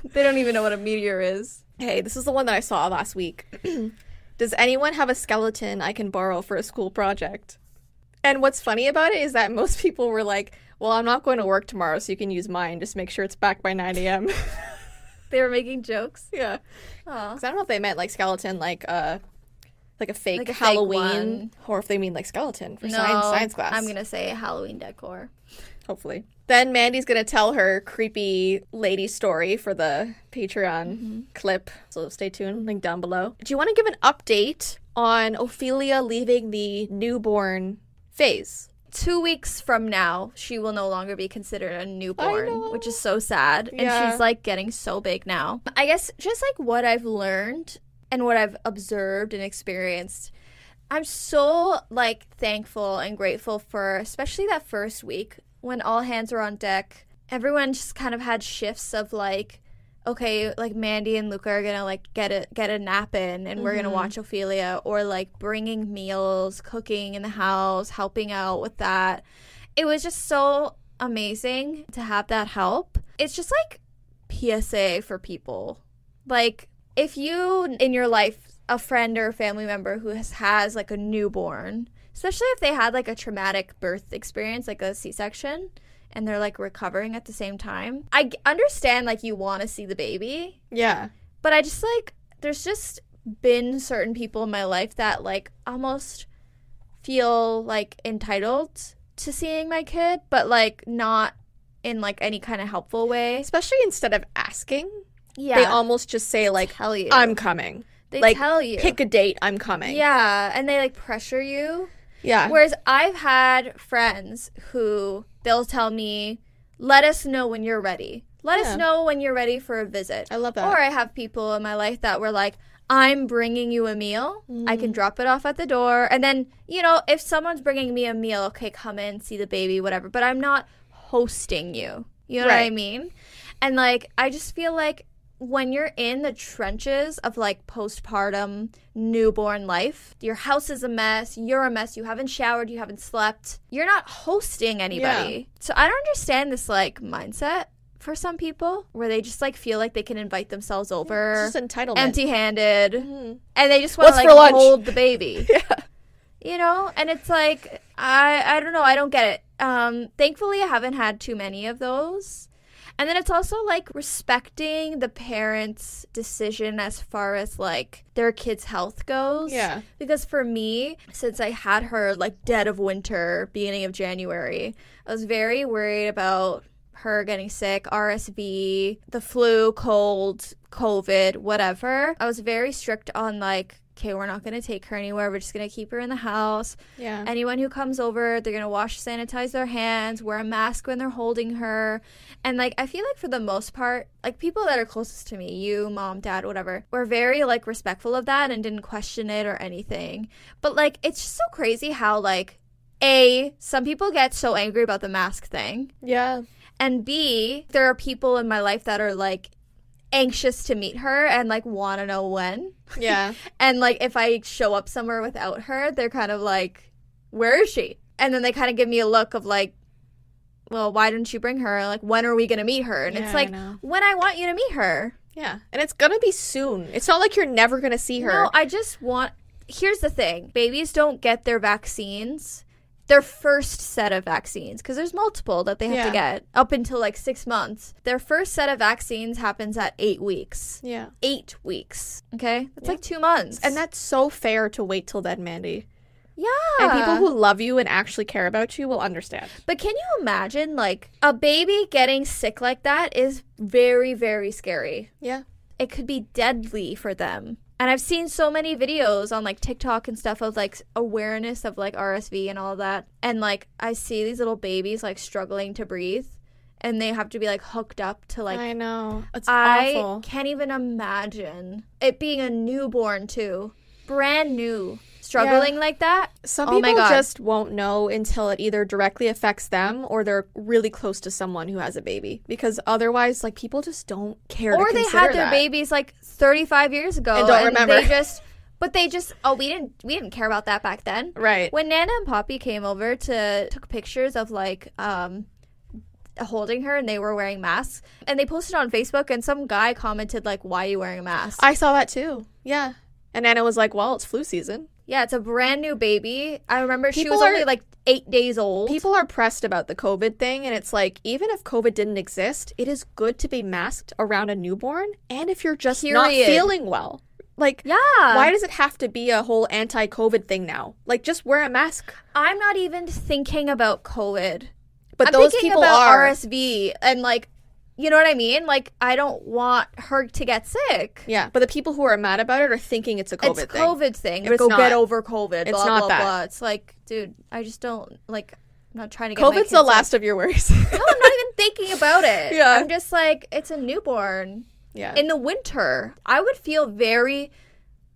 Speaker 2: they don't even know what a meteor is.
Speaker 1: Hey, this is the one that I saw last week. [clears throat] Does anyone have a skeleton I can borrow for a school project? And what's funny about it is that most [laughs] people were like, well, I'm not going to work tomorrow, so you can use mine. Just make sure it's back by 9 a.m.
Speaker 2: They were making jokes.
Speaker 1: [laughs] yeah.
Speaker 2: Aw.
Speaker 1: Because I don't know if they meant like skeleton, like uh, like a fake
Speaker 2: Like a fake
Speaker 1: Halloween,
Speaker 2: one.
Speaker 1: or if they mean like skeleton for
Speaker 2: No,
Speaker 1: science science class.
Speaker 2: I'm gonna say Halloween decor.
Speaker 1: hopefully. Then Mandy's gonna tell her creepy lady story for the Patreon clip. So stay tuned. Link down below. Do you want to give an update on Ophelia leaving the newborn phase?
Speaker 2: Two weeks from now, she will no longer be considered a
Speaker 1: know.
Speaker 2: newborn, which is so sad. And
Speaker 1: Yeah.
Speaker 2: she's like getting so big now. I guess just like what I've learned and what I've observed and experienced, I'm so like thankful and grateful for especially that first week when all hands were on deck. Everyone just kind of had shifts of like, okay, like Mandy and Luca are gonna like get a get a nap in, and we're gonna watch Ophelia, or like bringing meals, cooking in the house, helping out with that. It was just so amazing to have that help. It's just like PSA for people. Like if you in your life a friend or a family member who has, has like a newborn, especially if they had like a traumatic birth experience like a C-section and they're like recovering at the same time. I g- understand like you want to see the baby,
Speaker 1: Yeah.
Speaker 2: but I just like there's just been certain people in my life that like almost feel like entitled to seeing my kid, but like not in like any kind of helpful way.
Speaker 1: Especially instead of asking,
Speaker 2: Yeah.
Speaker 1: they almost just say like,
Speaker 2: tell you.
Speaker 1: "I'm coming."
Speaker 2: they
Speaker 1: like,
Speaker 2: tell you.
Speaker 1: Pick a date. I'm coming.
Speaker 2: yeah, and they like pressure you.
Speaker 1: Yeah.
Speaker 2: Whereas I've had friends who they'll tell me, "Let us know when you're ready. Let
Speaker 1: Yeah.
Speaker 2: us know when you're ready for a visit."
Speaker 1: I love that.
Speaker 2: Or I have people in my life that were like, I'm bringing you a meal. I can drop it off at the door. And then, you know, if someone's bringing me a meal, okay, come in, see the baby, whatever. But I'm not hosting you. You know what I
Speaker 1: Right.
Speaker 2: mean? And like, I just feel like when you're in the trenches of like postpartum newborn life, your house is a mess, you're a mess, you haven't showered, you haven't slept, you're not hosting anybody. So I don't understand this like mindset for some people where they just like feel like they can invite themselves over
Speaker 1: It's just entitlement.
Speaker 2: empty-handed
Speaker 1: Mhm.
Speaker 2: and they just want to
Speaker 1: What's
Speaker 2: like
Speaker 1: for lunch?
Speaker 2: hold the baby
Speaker 1: [laughs] Yeah.
Speaker 2: you know and it's like i i don't know i don't get it um thankfully i haven't had too many of those and then it's also like respecting the parents decision as far as like their kids health goes
Speaker 1: Yeah.
Speaker 2: because for me, since I had her like dead of winter, beginning of January, I was very worried about her getting sick, RSV, the flu, cold, COVID, whatever. I was very strict on like, okay, we're not going to take her anywhere. We're just going to keep her in the house.
Speaker 1: Yeah.
Speaker 2: Anyone who comes over, they're gonna wash, sanitize their hands, wear a mask when they're holding her. And like I feel like for the most part, like people that are closest to me, you, mom, dad, whatever, were very like respectful of that and didn't question it or anything. But like it's just so crazy how like A, some people get so angry about the mask thing.
Speaker 1: yeah.
Speaker 2: And B, there are people in my life that are like anxious to meet her and like wanna know when.
Speaker 1: Yeah.
Speaker 2: And like if I show up somewhere without her, they're kind of like, "Where is she?" And then they kind of give me a look of like, "Well, why didn't you bring her? Like, when are we gonna meet her?" And
Speaker 1: Yeah, I
Speaker 2: it's like,
Speaker 1: know.
Speaker 2: "When I want you to meet her."
Speaker 1: Yeah. And it's gonna be soon. It's not like you're never gonna see her.
Speaker 2: No, I just want. Here's the thing: babies don't get their vaccines, their first set of vaccines, because there's multiple that they have to get up until like six months. Their first set of vaccines happens at eight weeks.
Speaker 1: yeah.
Speaker 2: Eight weeks. Okay, that's like two months.
Speaker 1: And that's so fair to wait till then, Mandy.
Speaker 2: yeah,
Speaker 1: And people who love you and actually care about you will understand.
Speaker 2: But can you imagine, like, a baby getting sick like that is very, very scary.
Speaker 1: Yeah.
Speaker 2: It could be deadly for them. And I've seen so many videos on like TikTok and stuff of like awareness of like RSV and all that. And like, I see these little babies like struggling to breathe and they have to be like hooked up to like
Speaker 1: I know. It's
Speaker 2: I
Speaker 1: awful.
Speaker 2: can't even imagine it being a newborn too, brand new, struggling like that.
Speaker 1: Some
Speaker 2: Oh my
Speaker 1: people
Speaker 2: God.
Speaker 1: just won't know until it either directly affects them or they're really close to someone who has a baby. Because otherwise, like people just don't care. to
Speaker 2: or they
Speaker 1: consider
Speaker 2: had their
Speaker 1: that.
Speaker 2: babies like 35 years ago
Speaker 1: And don't remember.
Speaker 2: they just but they just oh we didn't we didn't care about that back then
Speaker 1: Right.
Speaker 2: when nana and poppy came over to took pictures of like um holding her and they were wearing masks and they posted on facebook and some guy commented like why are you wearing a mask
Speaker 1: I saw that too. Yeah. And Anna was like, "Well, it's flu season.
Speaker 2: yeah it's a brand new baby i remember she
Speaker 1: People
Speaker 2: was only
Speaker 1: are-
Speaker 2: like eight days old
Speaker 1: People are pressed about the COVID thing, and it's like even if COVID didn't exist, it is good to be masked around a newborn and if you're just not
Speaker 2: Period.
Speaker 1: feeling well. Like,
Speaker 2: Yeah.
Speaker 1: why does it have to be a whole anti COVID thing now? Like, just wear a mask.
Speaker 2: I'm not even thinking about COVID.
Speaker 1: But
Speaker 2: I'm
Speaker 1: those
Speaker 2: thinking
Speaker 1: people
Speaker 2: about
Speaker 1: are.
Speaker 2: RSV and like, you know what I mean? Like, I don't want her to get sick.
Speaker 1: Yeah, but the people who are mad about it are thinking it's a COVID
Speaker 2: it's
Speaker 1: thing.
Speaker 2: COVID thing.
Speaker 1: But it's
Speaker 2: Go
Speaker 1: not.
Speaker 2: get over COVID.
Speaker 1: It's
Speaker 2: blah,
Speaker 1: not
Speaker 2: blah,
Speaker 1: that.
Speaker 2: Blah. It's like, dude, I just don't like. I'm not trying to get. my
Speaker 1: COVID's the
Speaker 2: kids
Speaker 1: last of your worries.
Speaker 2: sick. no, I'm not even thinking about [laughs] it.
Speaker 1: Yeah.
Speaker 2: I'm just like, it's a newborn
Speaker 1: [laughs] yeah.
Speaker 2: in the winter. I would feel very,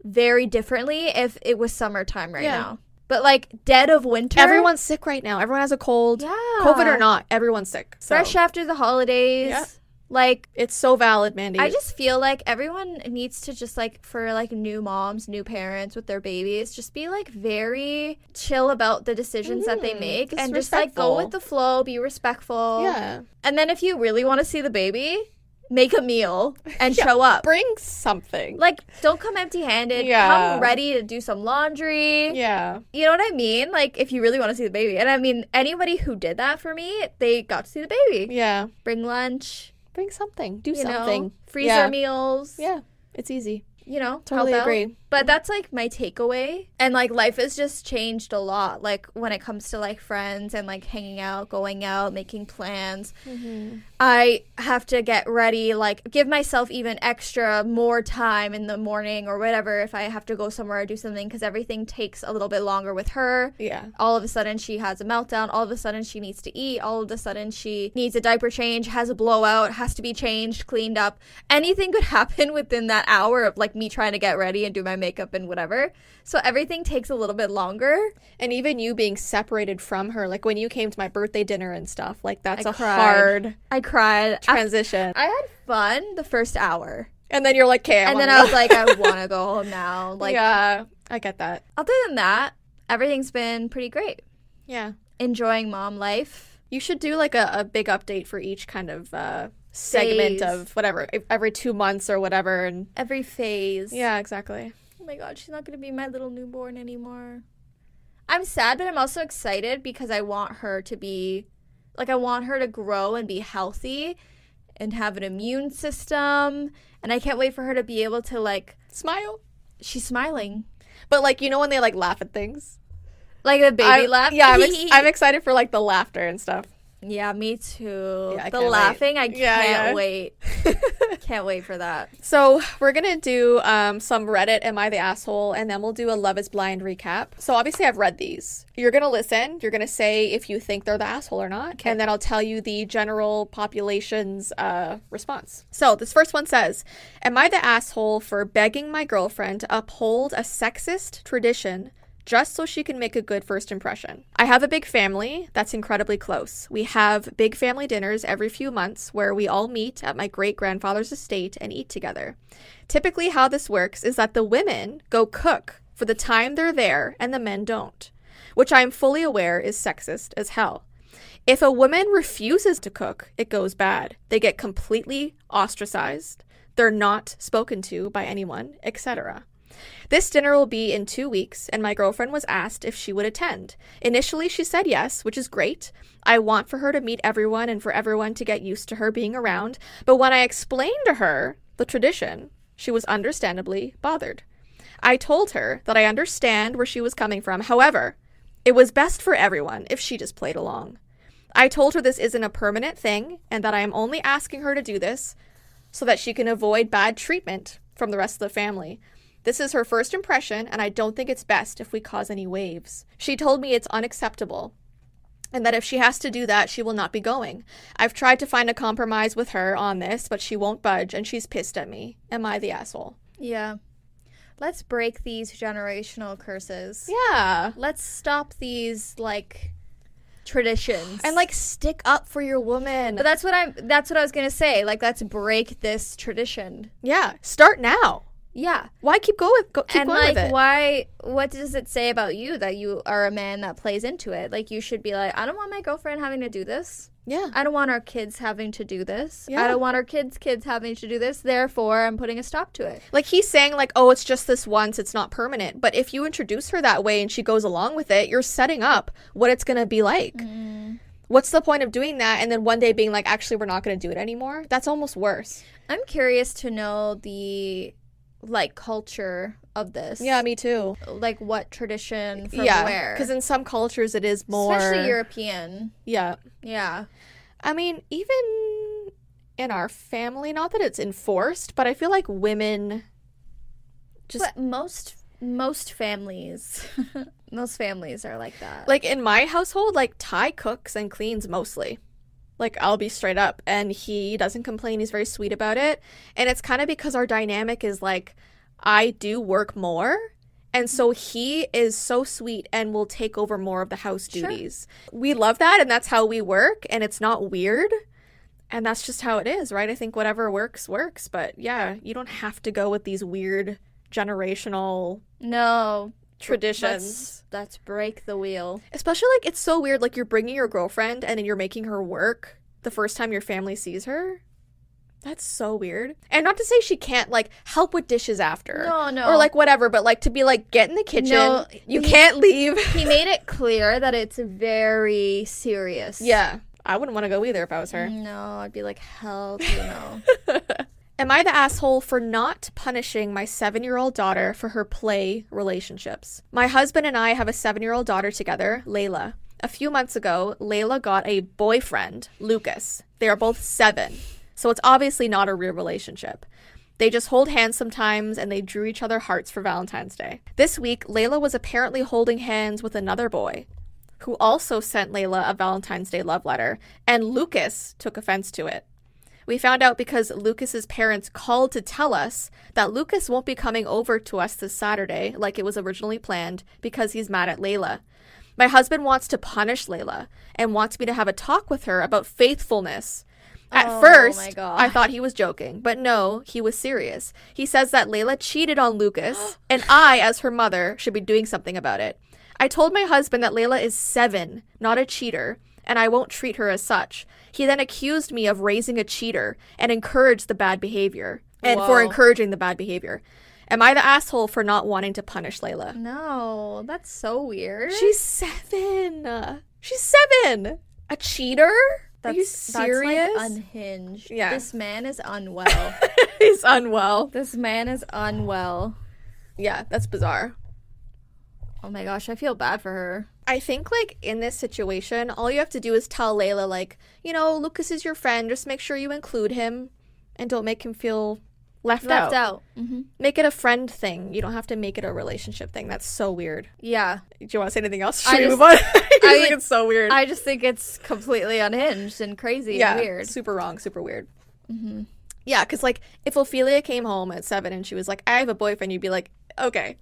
Speaker 2: very differently if it was summertime right
Speaker 1: Yeah.
Speaker 2: now. But like dead of winter,
Speaker 1: Everyone's sick right now. Everyone has a cold.
Speaker 2: yeah,
Speaker 1: COVID or not, everyone's sick. So
Speaker 2: fresh after the holidays.
Speaker 1: Yeah.
Speaker 2: Like
Speaker 1: it's so valid, Mandy.
Speaker 2: I just feel like everyone needs to just like for like new moms, new parents with their babies, just be like very chill about the decisions that they
Speaker 1: Mhm.
Speaker 2: make
Speaker 1: Just
Speaker 2: and just like
Speaker 1: respectful.
Speaker 2: go with the flow, be respectful.
Speaker 1: yeah.
Speaker 2: And then if you really want to see the baby, make
Speaker 1: [laughs]
Speaker 2: a meal and
Speaker 1: Yeah.
Speaker 2: show up.
Speaker 1: Bring something.
Speaker 2: Like don't come empty-handed.
Speaker 1: Yeah.
Speaker 2: Come ready to do some laundry.
Speaker 1: yeah.
Speaker 2: You know what I mean? Like if you really want to see the baby. And I mean anybody who did that for me, they got to see the baby.
Speaker 1: Yeah.
Speaker 2: Bring lunch,
Speaker 1: Bring something. Do
Speaker 2: you
Speaker 1: something.
Speaker 2: know, freezer
Speaker 1: Yeah.
Speaker 2: meals.
Speaker 1: Yeah. It's easy.
Speaker 2: You know,
Speaker 1: Totally
Speaker 2: help out.
Speaker 1: agree.
Speaker 2: But that's like my takeaway. And like life has just changed a lot. Like when it comes to like friends and like hanging out, going out, making plans.
Speaker 1: Mm-hmm.
Speaker 2: I have to get ready, like give myself even extra more time in the morning or whatever if I have to go somewhere or do something because everything takes a little bit longer with her.
Speaker 1: Yeah.
Speaker 2: All of a sudden, she has a meltdown. All of a sudden, she needs to eat. All of a sudden, she needs a diaper change, has a blowout, has to be changed, cleaned up. Anything could [laughs] happen within that hour of like me trying to get ready and do my makeup and whatever. So everything takes a little bit longer.
Speaker 1: And even you being separated from her, like when you came to my birthday dinner and stuff, like that's a
Speaker 2: I cried.
Speaker 1: hard
Speaker 2: I cried. I,
Speaker 1: transition.
Speaker 2: I had fun the first hour.
Speaker 1: and then you're like, okay,
Speaker 2: and then I was like,
Speaker 1: [laughs]
Speaker 2: I want to go home now. Like,
Speaker 1: yeah, I get that.
Speaker 2: other than that, everything's been pretty great.
Speaker 1: Yeah.
Speaker 2: Enjoying mom life.
Speaker 1: You should do like a, a big update for each kind of uh, segment
Speaker 2: Days.
Speaker 1: of whatever, ev- every two months or whatever. And
Speaker 2: Every phase.
Speaker 1: yeah, exactly.
Speaker 2: Oh my god, she's not gonna be my little newborn anymore. I'm sad, but I'm also excited because I want her to be like I want her to grow and be healthy and have an immune system. And I can't wait for her to be able to like
Speaker 1: Smile.
Speaker 2: she's smiling.
Speaker 1: But like, you know when they like laugh at things?
Speaker 2: Like the baby
Speaker 1: I'm-
Speaker 2: laugh.
Speaker 1: Yeah,
Speaker 2: [laughs]
Speaker 1: I'm, ex- I'm excited for like the laughter and stuff. [laughs]
Speaker 2: yeah, me too.
Speaker 1: Yeah, I
Speaker 2: the
Speaker 1: can't wait.
Speaker 2: laughing, I
Speaker 1: Yeah,
Speaker 2: can't
Speaker 1: yeah.
Speaker 2: wait. can't wait for that.
Speaker 1: So we're gonna do um, some Reddit "Am I the asshole?" and then we'll do a Love Is Blind recap. So obviously I've read these. You're gonna listen. You're gonna say if you think they're the asshole or not, and then I'll tell you the general population's uh, response. So this first one says, "Am I the asshole for begging my girlfriend to uphold a sexist tradition?" just so she can make a good first impression. I have a big family that's incredibly close. We have big family dinners every few months where we all meet at my great grandfather's estate and eat together. Typically, how this works is that the women go cook for the time they're there and the men don't, which I am fully aware is sexist as hell. If a woman refuses to cook, it goes bad. They get completely ostracized. They're not spoken to by anyone, etc. This dinner will be in two weeks, and my girlfriend was asked if she would attend. Initially, she said yes, which is great. I want for her to meet everyone and for everyone to get used to her being around. But when I explained to her the tradition, she was understandably bothered. I told her that I understand where she was coming from. However, it was best for everyone if she just played along. I told her this isn't a permanent thing and that I am only asking her to do this so that she can avoid bad treatment from the rest of the family. This is her first impression, and I don't think it's best if we cause any waves. She told me it's unacceptable and that if she has to do that, she will not be going. I've tried to find a compromise with her on this, but she won't budge, and she's pissed at me. Am I the asshole?
Speaker 2: Yeah. Let's break these generational curses.
Speaker 1: Yeah.
Speaker 2: let's stop these like traditions
Speaker 1: And like, stick up for your woman.
Speaker 2: but that's what i'm that's what i was gonna say like let's break this tradition
Speaker 1: yeah. Start now.
Speaker 2: yeah
Speaker 1: Why keep going? Go, keep
Speaker 2: and
Speaker 1: going
Speaker 2: like
Speaker 1: with it.
Speaker 2: why what does it say about you that you are a man that plays into it like you should be like i don't want my girlfriend having to do this
Speaker 1: yeah.
Speaker 2: i don't want our kids having to do this
Speaker 1: Yeah.
Speaker 2: i don't want our kids kids having to do this therefore i'm putting a stop to it
Speaker 1: Like he's saying, like, oh, it's just this once, it's not permanent. But if you introduce her that way and she goes along with it, you're setting up what it's gonna be like. Mm. What's the point of doing that and then one day being like, actually, we're not gonna do it anymore? That's almost worse.
Speaker 2: i'm curious to know the like culture of this.
Speaker 1: Yeah, me too.
Speaker 2: Like what tradition from
Speaker 1: yeah,
Speaker 2: where?
Speaker 1: because in some cultures it is more.
Speaker 2: especially European.
Speaker 1: Yeah,
Speaker 2: Yeah.
Speaker 1: I mean, even in our family, not that it's enforced, but I feel like women. Just-
Speaker 2: but most most families [laughs] most families are like that.
Speaker 1: Like in my household, like Ty cooks and cleans mostly. Like I'll be straight up, and he doesn't complain. He's very sweet about it, and it's kind of because our dynamic is like, I do work more, and so he is so sweet and will take over more of the house
Speaker 2: Sure.
Speaker 1: duties. We love that, and that's how we work, and it's not weird, and that's just how it is, right? I think whatever works works, but yeah, you don't have to go with these weird generational
Speaker 2: no.
Speaker 1: traditions.
Speaker 2: Let's, let's break the wheel.
Speaker 1: Especially like it's so weird. Like you're bringing your girlfriend and then you're making her work the first time your family sees her. That's so weird. And not to say she can't like help with dishes after.
Speaker 2: No, no.
Speaker 1: Or like whatever, but like to be like get in the kitchen.
Speaker 2: No,
Speaker 1: you
Speaker 2: he-
Speaker 1: can't leave. [laughs]
Speaker 2: He made it clear that it's very serious.
Speaker 1: yeah. I wouldn't want to go either if I was her.
Speaker 2: No, I'd be like, [laughs] hell do you know.
Speaker 1: Am I the asshole for not punishing my seven year old daughter for her play relationships? My husband and I have a seven year old daughter together, Layla. A few months ago, Layla got a boyfriend, Lucas. They are both seven, so it's obviously not a real relationship. They just hold hands sometimes and they drew each other hearts for Valentine's Day. This week, Layla was apparently holding hands with another boy who also sent Layla a Valentine's Day love letter, and Lucas took offense to it. We found out because Lucas's parents called to tell us that Lucas won't be coming over to us this Saturday like it was originally planned because he's mad at Layla. My husband wants to punish Layla and wants me to have a talk with her about faithfulness. At
Speaker 2: Oh my
Speaker 1: first,
Speaker 2: God.
Speaker 1: I thought he was joking, but no, he was serious. He says that Layla cheated on
Speaker 2: [gasps]
Speaker 1: Lucas, and I, as her mother, should be doing something about it. I told my husband that Layla is seven, not a cheater, and I won't treat her as such. He then accused me of raising a cheater and encouraged the bad behavior, and for
Speaker 2: Whoa.
Speaker 1: encouraging the bad behavior. Am I the asshole for not wanting to punish Layla?
Speaker 2: no, that's so weird.
Speaker 1: She's seven. She's seven. A cheater?
Speaker 2: that's,
Speaker 1: Are you
Speaker 2: that's, like,
Speaker 1: serious? [laughs]
Speaker 2: unhinged.
Speaker 1: Yeah.
Speaker 2: This man is [laughs] unwell.
Speaker 1: He's unwell.
Speaker 2: this man is unwell.
Speaker 1: Yeah, that's bizarre.
Speaker 2: Oh my gosh, I feel bad for her.
Speaker 1: I think like in this situation, all you have to do is tell Layla like, you know, Lucas is your friend. Just make sure you include him, and don't make him feel left, out.
Speaker 2: Left out. hmm
Speaker 1: Make it a friend thing. You don't have to make it a relationship thing. That's so weird.
Speaker 2: Yeah.
Speaker 1: Do you want to say anything else? Should
Speaker 2: [laughs]
Speaker 1: we
Speaker 2: I just-
Speaker 1: move on? [laughs] I think
Speaker 2: I-
Speaker 1: it's so weird.
Speaker 2: I just think it's completely unhinged and crazy
Speaker 1: yeah,
Speaker 2: and weird. Mm-hmm.
Speaker 1: super wrong, super weird. Yeah, because like if Ophelia came home at seven and she was like, "I have a boyfriend," you'd be like, "Okay,"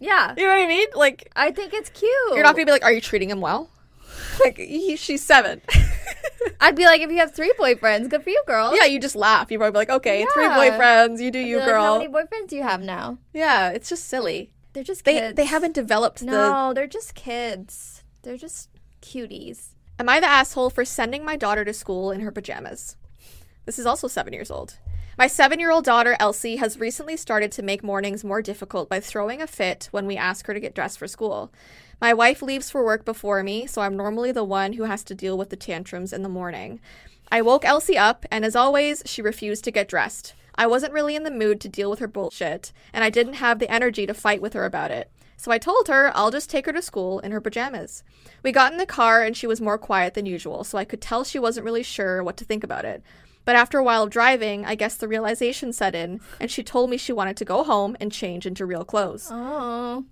Speaker 2: Yeah.
Speaker 1: you know what I mean? Like
Speaker 2: I think it's cute.
Speaker 1: you're not gonna be like, "Are you treating him well?" [laughs] like he, she's seven. [laughs]
Speaker 2: I'd be like, if you have three boyfriends, good for you, girl.
Speaker 1: [laughs] Yeah, you just laugh. You're probably like, okay, three
Speaker 2: Yeah.
Speaker 1: boyfriends. You do you,
Speaker 2: Like,
Speaker 1: girl.
Speaker 2: How many boyfriends do you have now?
Speaker 1: Yeah, it's just silly.
Speaker 2: They're just
Speaker 1: They
Speaker 2: kids.
Speaker 1: they haven't developed the.
Speaker 2: No, they're just kids. They're just cuties.
Speaker 1: Am I the asshole for sending my daughter to school in her pajamas? This is also seven years old. My seven year old daughter, Elsie, has recently started to make mornings more difficult by throwing a fit when we ask her to get dressed for school. My wife leaves for work before me, so I'm normally the one who has to deal with the tantrums in the morning. I woke Elsie up, and as always, she refused to get dressed. I wasn't really in the mood to deal with her bullshit, and I didn't have the energy to fight with her about it. So I told her I'll just take her to school in her pajamas. We got in the car, and she was more quiet than usual, so I could tell she wasn't really sure what to think about it. But after a while of driving, I guess the realization set in, and she told me she wanted to go home and change into real clothes.
Speaker 2: Oh.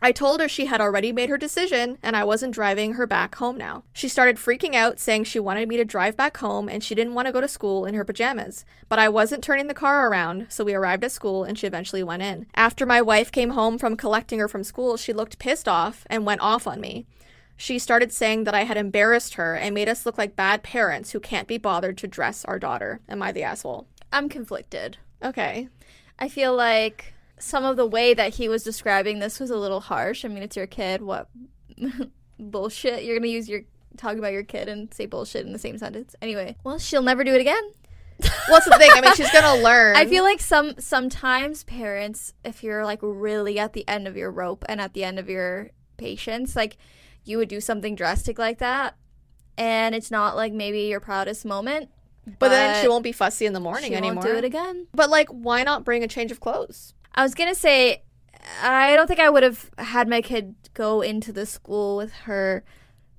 Speaker 1: I told her she had already made her decision and I wasn't driving her back home now. She started freaking out, saying she wanted me to drive back home and she didn't want to go to school in her pajamas. But I wasn't turning the car around, so we arrived at school and she eventually went in. After my wife came home from collecting her from school, she looked pissed off and went off on me. She started saying that I had embarrassed her and made us look like bad parents who can't be bothered to dress our daughter. Am I the asshole?
Speaker 2: I'm conflicted.
Speaker 1: Okay.
Speaker 2: I feel like some of the way that he was describing this was a little harsh. I mean, it's your kid. What [laughs] bullshit? You're going to use your talk about your kid and say bullshit in the same sentence. Anyway, well, she'll never do it again.
Speaker 1: Well, that's the thing. I mean, she's going to [laughs] learn.
Speaker 2: I feel like some sometimes parents, if you're like really at the end of your rope and at the end of your patience, like you would do something drastic like that, and it's not like maybe your proudest moment.
Speaker 1: but, then she won't be fussy in the morning
Speaker 2: she
Speaker 1: anymore.
Speaker 2: won't do it again.
Speaker 1: But like, why not bring a change of clothes?
Speaker 2: I was gonna say, I don't think I would have had my kid go into the school with her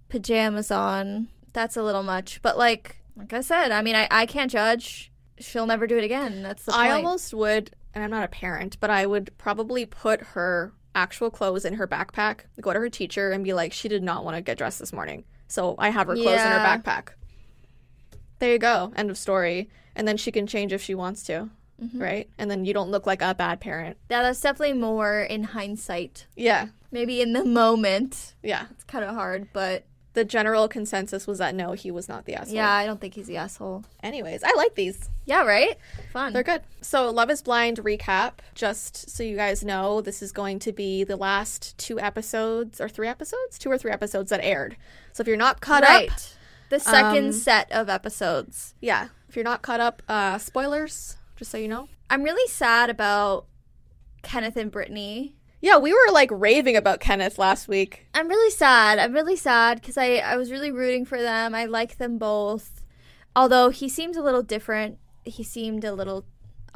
Speaker 2: pajamas on. That's a little much. But like, like I said, I mean, I, I can't judge. She'll never do it again. That's the point.
Speaker 1: I almost would, and I'm not a parent, but I would probably put her actual clothes in her backpack, go to her teacher, and be like, she did not want to get dressed this morning. So I have her clothes
Speaker 2: Yeah.
Speaker 1: in her backpack. There you go. End of story. And then she can change if she wants to,
Speaker 2: Mm-hmm.
Speaker 1: right? And then you don't look like a bad parent.
Speaker 2: yeah, that's definitely more in hindsight.
Speaker 1: Yeah.
Speaker 2: Maybe in the [laughs] moment,
Speaker 1: Yeah.
Speaker 2: it's kind of hard. But
Speaker 1: The general consensus was that no, he was not the asshole.
Speaker 2: yeah, I don't think he's the asshole.
Speaker 1: Anyways, I like these.
Speaker 2: Yeah, right. Fun.
Speaker 1: They're good. So, Love is Blind recap, just so you guys know, this is going to be the last two episodes or three episodes? Two or three episodes that aired. So, if you're not caught
Speaker 2: right.
Speaker 1: up,
Speaker 2: The second
Speaker 1: Um,
Speaker 2: set of episodes.
Speaker 1: yeah, if you're not caught up, uh, spoilers, just so you know.
Speaker 2: I'm really sad about Kenneth and Brittany.
Speaker 1: Yeah, we were like raving about Kenneth last week.
Speaker 2: I'm really sad. I'm really sad because I, I was really rooting for them. I like them both. Although he seems a little different. He seemed a little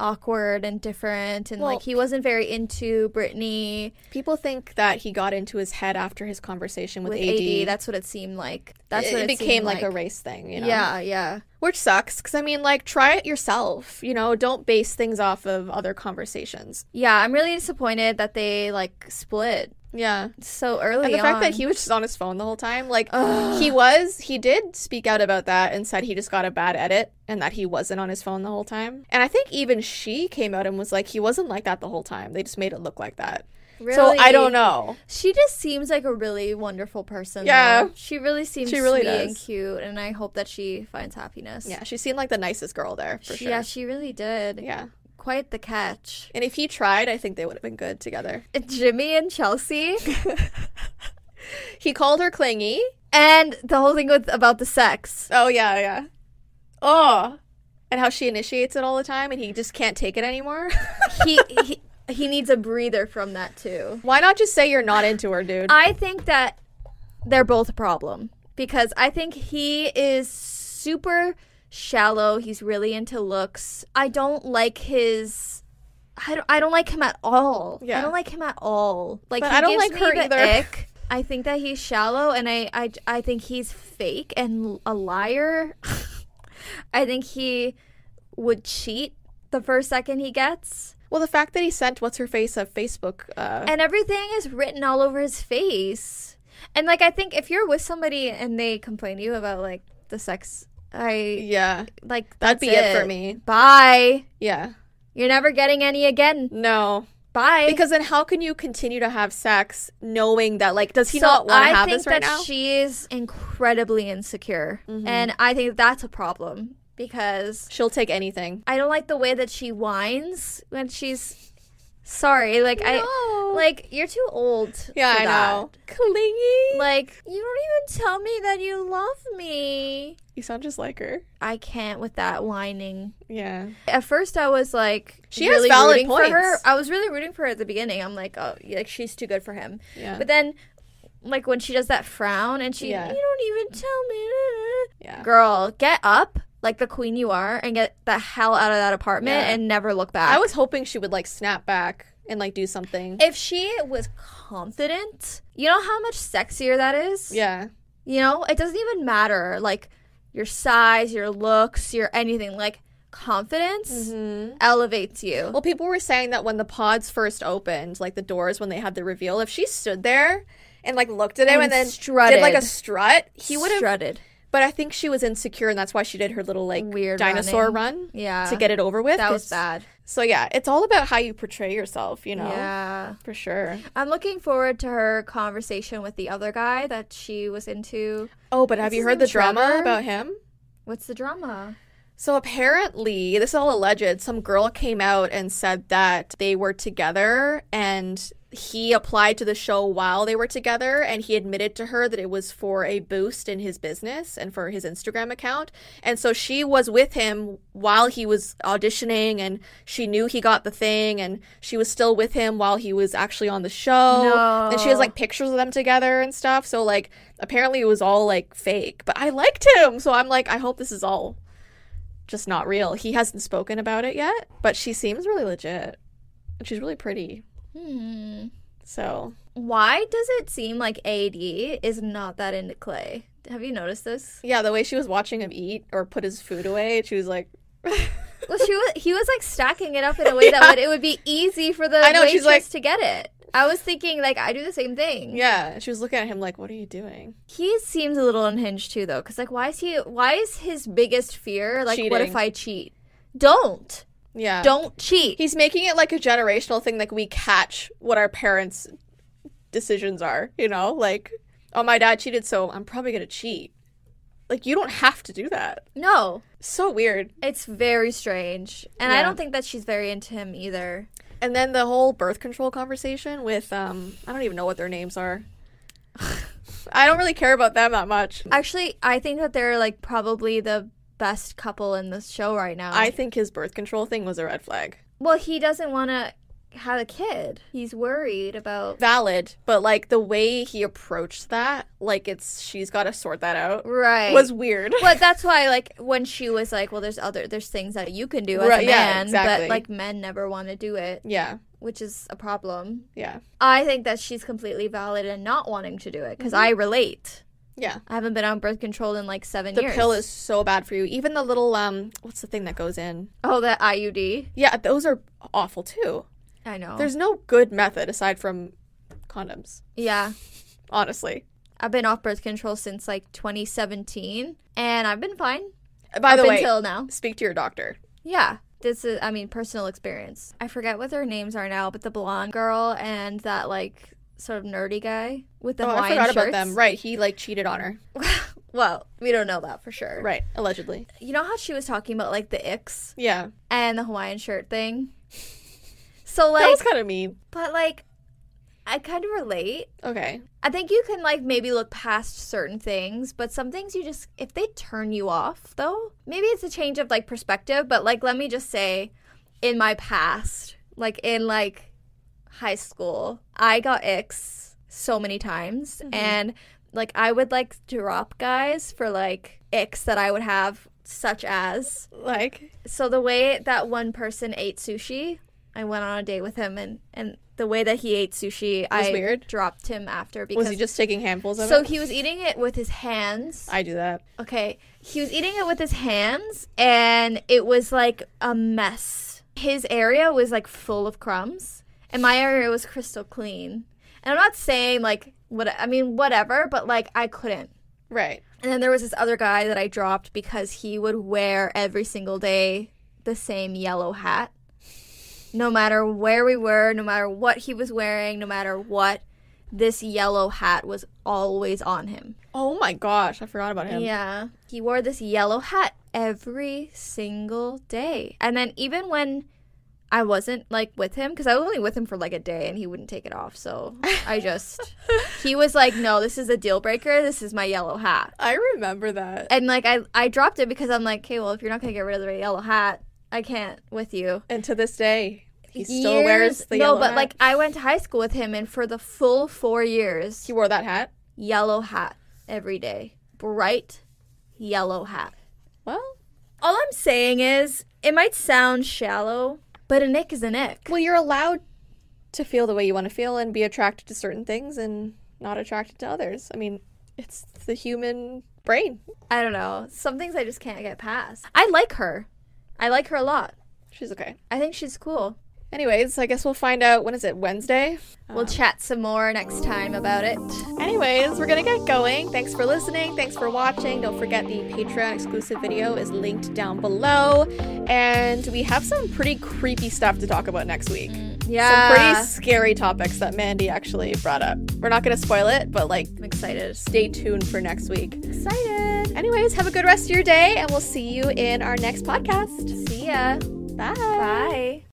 Speaker 2: awkward and different. And
Speaker 1: Well-
Speaker 2: like he wasn't very into Brittany
Speaker 1: People think that he got into his head after his conversation with,
Speaker 2: with
Speaker 1: AD.
Speaker 2: AD. That's what it seemed like. That's
Speaker 1: it,
Speaker 2: what
Speaker 1: it
Speaker 2: it,
Speaker 1: became
Speaker 2: seemed
Speaker 1: like, a race thing, you know?
Speaker 2: Yeah, yeah.
Speaker 1: Which sucks, because I mean, like, try it yourself, you know? Don't base things off of other conversations.
Speaker 2: Yeah, I'm really disappointed that they like split
Speaker 1: Yeah.
Speaker 2: so early
Speaker 1: And the fact
Speaker 2: on.
Speaker 1: that he was just on his phone the whole time, like
Speaker 2: Ugh.
Speaker 1: he was, he did speak out about that and said he just got a bad edit and that he wasn't on his phone the whole time. And I think even she came out and was like, he wasn't like that the whole time. They just made it look like that. So I
Speaker 2: Really?
Speaker 1: don't know.
Speaker 2: She just seems like a really wonderful person.
Speaker 1: Yeah.
Speaker 2: though. she really seems
Speaker 1: She really
Speaker 2: sweet and
Speaker 1: does.
Speaker 2: cute, and I hope that she finds happiness.
Speaker 1: Yeah, she seemed like the nicest girl there for
Speaker 2: She-
Speaker 1: sure.
Speaker 2: yeah, she really did.
Speaker 1: yeah.
Speaker 2: quite the catch.
Speaker 1: And if he tried, I think they would have been good together.
Speaker 2: Jimmy and Chelsea, [laughs]
Speaker 1: He called her clingy.
Speaker 2: and the whole thing with about the sex.
Speaker 1: Oh yeah, yeah. Oh. And how she initiates it all the time and he just can't take it anymore.
Speaker 2: [laughs] He he he needs a breather from that too.
Speaker 1: Why not just say you're not into her, dude?
Speaker 2: I think that they're both a problem because I think he is super shallow. He's really into looks. I don't like his. I don't, I don't like him at all.
Speaker 1: Yeah.
Speaker 2: I don't like him at all. Like
Speaker 1: But
Speaker 2: he
Speaker 1: I don't
Speaker 2: gives
Speaker 1: like
Speaker 2: me
Speaker 1: her
Speaker 2: the
Speaker 1: either. [laughs]
Speaker 2: ick. I think that he's shallow, and I I I think he's fake and a liar. [laughs] I think he would cheat the first second he gets.
Speaker 1: Well, the fact that he sent what's her face a Facebook, uh,
Speaker 2: and everything is written all over his face. And like I think if you're with somebody and they complain to you about like the sex, I
Speaker 1: yeah,
Speaker 2: like
Speaker 1: that'd be
Speaker 2: that's
Speaker 1: it. for me.
Speaker 2: Bye.
Speaker 1: Yeah,
Speaker 2: You're never getting any again.
Speaker 1: no,
Speaker 2: Bye.
Speaker 1: because then how can you continue to have sex knowing that like does he
Speaker 2: so
Speaker 1: not want
Speaker 2: I
Speaker 1: to have
Speaker 2: think
Speaker 1: this right
Speaker 2: that
Speaker 1: now? Mm-hmm.
Speaker 2: she is incredibly insecure, and I think that's a problem because
Speaker 1: She'll take anything.
Speaker 2: I don't like the way that she whines when she's sorry. Like I like you're too old.
Speaker 1: yeah,
Speaker 2: for
Speaker 1: I
Speaker 2: that.
Speaker 1: know. Clingy.
Speaker 2: Like, you don't even tell me that you love me.
Speaker 1: you sound just like her.
Speaker 2: I can't with that whining.
Speaker 1: Yeah,
Speaker 2: At first, I was like,
Speaker 1: She has valid
Speaker 2: rooting for her.
Speaker 1: points.
Speaker 2: I was really rooting for her at the beginning. I'm like, oh, like she's too good for him.
Speaker 1: yeah,
Speaker 2: But then, like when she does that frown and she,
Speaker 1: Yeah.
Speaker 2: you don't even tell me, da,
Speaker 1: yeah.
Speaker 2: da, da." girl, get up like the queen you are and get the hell out of that apartment
Speaker 1: Yeah.
Speaker 2: and never look back.
Speaker 1: I was hoping she would like snap back and like do something.
Speaker 2: if she was confident, you know how much sexier that is.
Speaker 1: yeah,
Speaker 2: You know, it doesn't even matter like your size, your looks, your anything. Like confidence
Speaker 1: Mm-hmm.
Speaker 2: Mm-hmm. elevates you.
Speaker 1: Well, people were saying that when the pods first opened, like the doors when they had the reveal, if she stood there and like looked at him and,
Speaker 2: And
Speaker 1: then
Speaker 2: strutted.
Speaker 1: did like a strut, he
Speaker 2: he
Speaker 1: would
Speaker 2: would
Speaker 1: have.
Speaker 2: strutted.
Speaker 1: But I think she was insecure, and that's why she did her little like
Speaker 2: Weird
Speaker 1: dinosaur run
Speaker 2: Yeah,
Speaker 1: to get it over with.
Speaker 2: that was
Speaker 1: 'cause-
Speaker 2: bad.
Speaker 1: So yeah, it's all about how you portray yourself, you know,
Speaker 2: Yeah,
Speaker 1: for sure.
Speaker 2: I'm looking forward to her conversation with the other guy that she was into.
Speaker 1: Oh, but have
Speaker 2: What's
Speaker 1: you
Speaker 2: his
Speaker 1: heard the
Speaker 2: name,
Speaker 1: drama
Speaker 2: Trevor?
Speaker 1: about him?
Speaker 2: What's the drama?
Speaker 1: So apparently, this is all alleged. Some girl came out and said that they were together and he applied to the show while they were together and he admitted to her that it was for a boost in his business and for his Instagram account. And so she was with him while he was auditioning and she knew he got the thing and she was still with him while he was actually on the show.
Speaker 2: No.
Speaker 1: And she has like pictures of them together and stuff. So like apparently it was all like fake. But I liked him. So I'm like I hope this is all just not real. He hasn't spoken about it yet, but she seems really legit. and she's really pretty.
Speaker 2: Hmm.
Speaker 1: So
Speaker 2: Why does it seem like AD is not that into Clay? Have you noticed this?
Speaker 1: yeah, the way she was watching him eat or put his food away, she was like, [laughs]
Speaker 2: Well, she was, he was like stacking it up in a
Speaker 1: [laughs]
Speaker 2: way that would, it would be easy for the
Speaker 1: I know, she's like-
Speaker 2: waitress to get it. I was thinking like I do the same thing.
Speaker 1: yeah, she was looking at him like, what are you doing?
Speaker 2: He seems a little unhinged too, though, because like why is he? Why is his biggest fear like what if
Speaker 1: Cheating.
Speaker 2: I cheat? Don't
Speaker 1: Yeah,
Speaker 2: don't cheat.
Speaker 1: He's making it like a generational thing, like we catch what our parents' decisions are, you know? Like, oh, my dad cheated, so I'm probably gonna cheat. Like, you don't have to do that.
Speaker 2: no,
Speaker 1: So weird.
Speaker 2: it's very strange, and I
Speaker 1: Yeah.
Speaker 2: don't think that she's very into him either.
Speaker 1: And then the whole birth control conversation with, um, I don't even know what their names are. I don't really care about them that much. I,
Speaker 2: Actually, I think that they're like probably the best couple in the show right now.
Speaker 1: think his birth control thing was a red flag.
Speaker 2: well, he doesn't want to have a kid. He's worried about
Speaker 1: Valid, but like the way he approached that, like it's she's got to sort that out,
Speaker 2: right.
Speaker 1: was weird.
Speaker 2: but that's why like when she was like, well, there's other there's things that you can do as
Speaker 1: Right,
Speaker 2: a man,
Speaker 1: yeah, exactly.
Speaker 2: but like men never want to do it,
Speaker 1: Yeah,
Speaker 2: which is a problem.
Speaker 1: yeah,
Speaker 2: I think that she's completely valid in not wanting to do it
Speaker 1: Mm-hmm.
Speaker 2: because I relate.
Speaker 1: yeah.
Speaker 2: I haven't been on birth control in like seven
Speaker 1: The
Speaker 2: years.
Speaker 1: pill is so bad for you. Even the little um, what's the thing that goes in?
Speaker 2: oh the IUD.
Speaker 1: Yeah, those are awful too.
Speaker 2: I know.
Speaker 1: There's no good method aside from condoms,
Speaker 2: yeah.
Speaker 1: honestly.
Speaker 2: I've been off birth control since like 2017, and I've been fine
Speaker 1: By the
Speaker 2: up
Speaker 1: way,
Speaker 2: until now.
Speaker 1: speak to your doctor.
Speaker 2: Yeah, this is, I mean, personal experience. I forget what their names are now, but the blonde girl and that like sort of nerdy guy with the
Speaker 1: oh, I
Speaker 2: Hawaiian
Speaker 1: forgot about
Speaker 2: shirts.
Speaker 1: them. Right, he like cheated on her.
Speaker 2: Well, we don't know that for sure.
Speaker 1: Right, allegedly.
Speaker 2: You know how she was talking about like the icks
Speaker 1: Yeah,
Speaker 2: and the Hawaiian
Speaker 1: [laughs]
Speaker 2: shirt thing. So
Speaker 1: that
Speaker 2: like,
Speaker 1: was kind of mean.
Speaker 2: but like, I kind of relate.
Speaker 1: Okay,
Speaker 2: I think you can like maybe look past certain things, but some things you just if they turn you off though, maybe it's a change of like perspective, but like let me just say in my past, like in like high school, I got icks so many times and like I would like drop guys for like icks that I would have such as
Speaker 1: like
Speaker 2: so the way that one person ate sushi, I went on a date with him and and the way that he ate sushi, I
Speaker 1: weird?
Speaker 2: dropped him after because
Speaker 1: was he just taking handfuls of
Speaker 2: so
Speaker 1: it?
Speaker 2: he was eating it with his hands.
Speaker 1: I do that.
Speaker 2: Okay. He was eating it with his hands and it was like a mess. His area was like full of crumbs and my area was crystal clean. And I'm not saying like what I mean whatever, but like I couldn't.
Speaker 1: Right.
Speaker 2: And then there was this other guy that I dropped because he would wear every single day the same yellow hat. No matter where we were, no matter what he was wearing, no matter what, this yellow hat was always on him.
Speaker 1: Oh my gosh, I forgot about him.
Speaker 2: Yeah. He wore this yellow hat every single day. And then even when I wasn't like with him, because I was only with him for like a day and he wouldn't take it off. So I just, he was like, no, this is a deal breaker. This is my yellow hat
Speaker 1: [laughs] I remember that.
Speaker 2: and like I, I dropped it because I'm like, okay, well, if you're not gonna get rid of the yellow hat, I can't with you.
Speaker 1: And to this day, he still
Speaker 2: Years-
Speaker 1: wears the
Speaker 2: no,
Speaker 1: yellow
Speaker 2: but
Speaker 1: hat.
Speaker 2: like I went to high school with him, and for the full four years,
Speaker 1: he wore that hat.
Speaker 2: yellow hat every day, bright yellow hat.
Speaker 1: Well,
Speaker 2: All I'm saying is, it might sound shallow, but a nick is a nick.
Speaker 1: Well, you're allowed to feel the way you want to feel and be attracted to certain things and not attracted to others. I mean, it's the human brain.
Speaker 2: I don't know. Some things I just can't get past. I like her. I like her a lot.
Speaker 1: She's okay.
Speaker 2: I think she's cool.
Speaker 1: Anyways, I guess we'll find out when is it Wednesday.
Speaker 2: We'll chat some more next time about it.
Speaker 1: Anyways, we're gonna get going. Thanks for listening. Thanks for watching. Don't forget the Patreon exclusive video is linked down below, and we have some pretty creepy stuff to talk about next week. Some
Speaker 2: Mm. Yeah.
Speaker 1: pretty scary topics that Mandy actually brought up. We're not gonna spoil it, but like,
Speaker 2: I'm excited.
Speaker 1: stay tuned for next week.
Speaker 2: Excited.
Speaker 1: Anyways, have a good rest of your day, and we'll see you in our next podcast.
Speaker 2: See ya.
Speaker 1: Bye.
Speaker 2: Bye.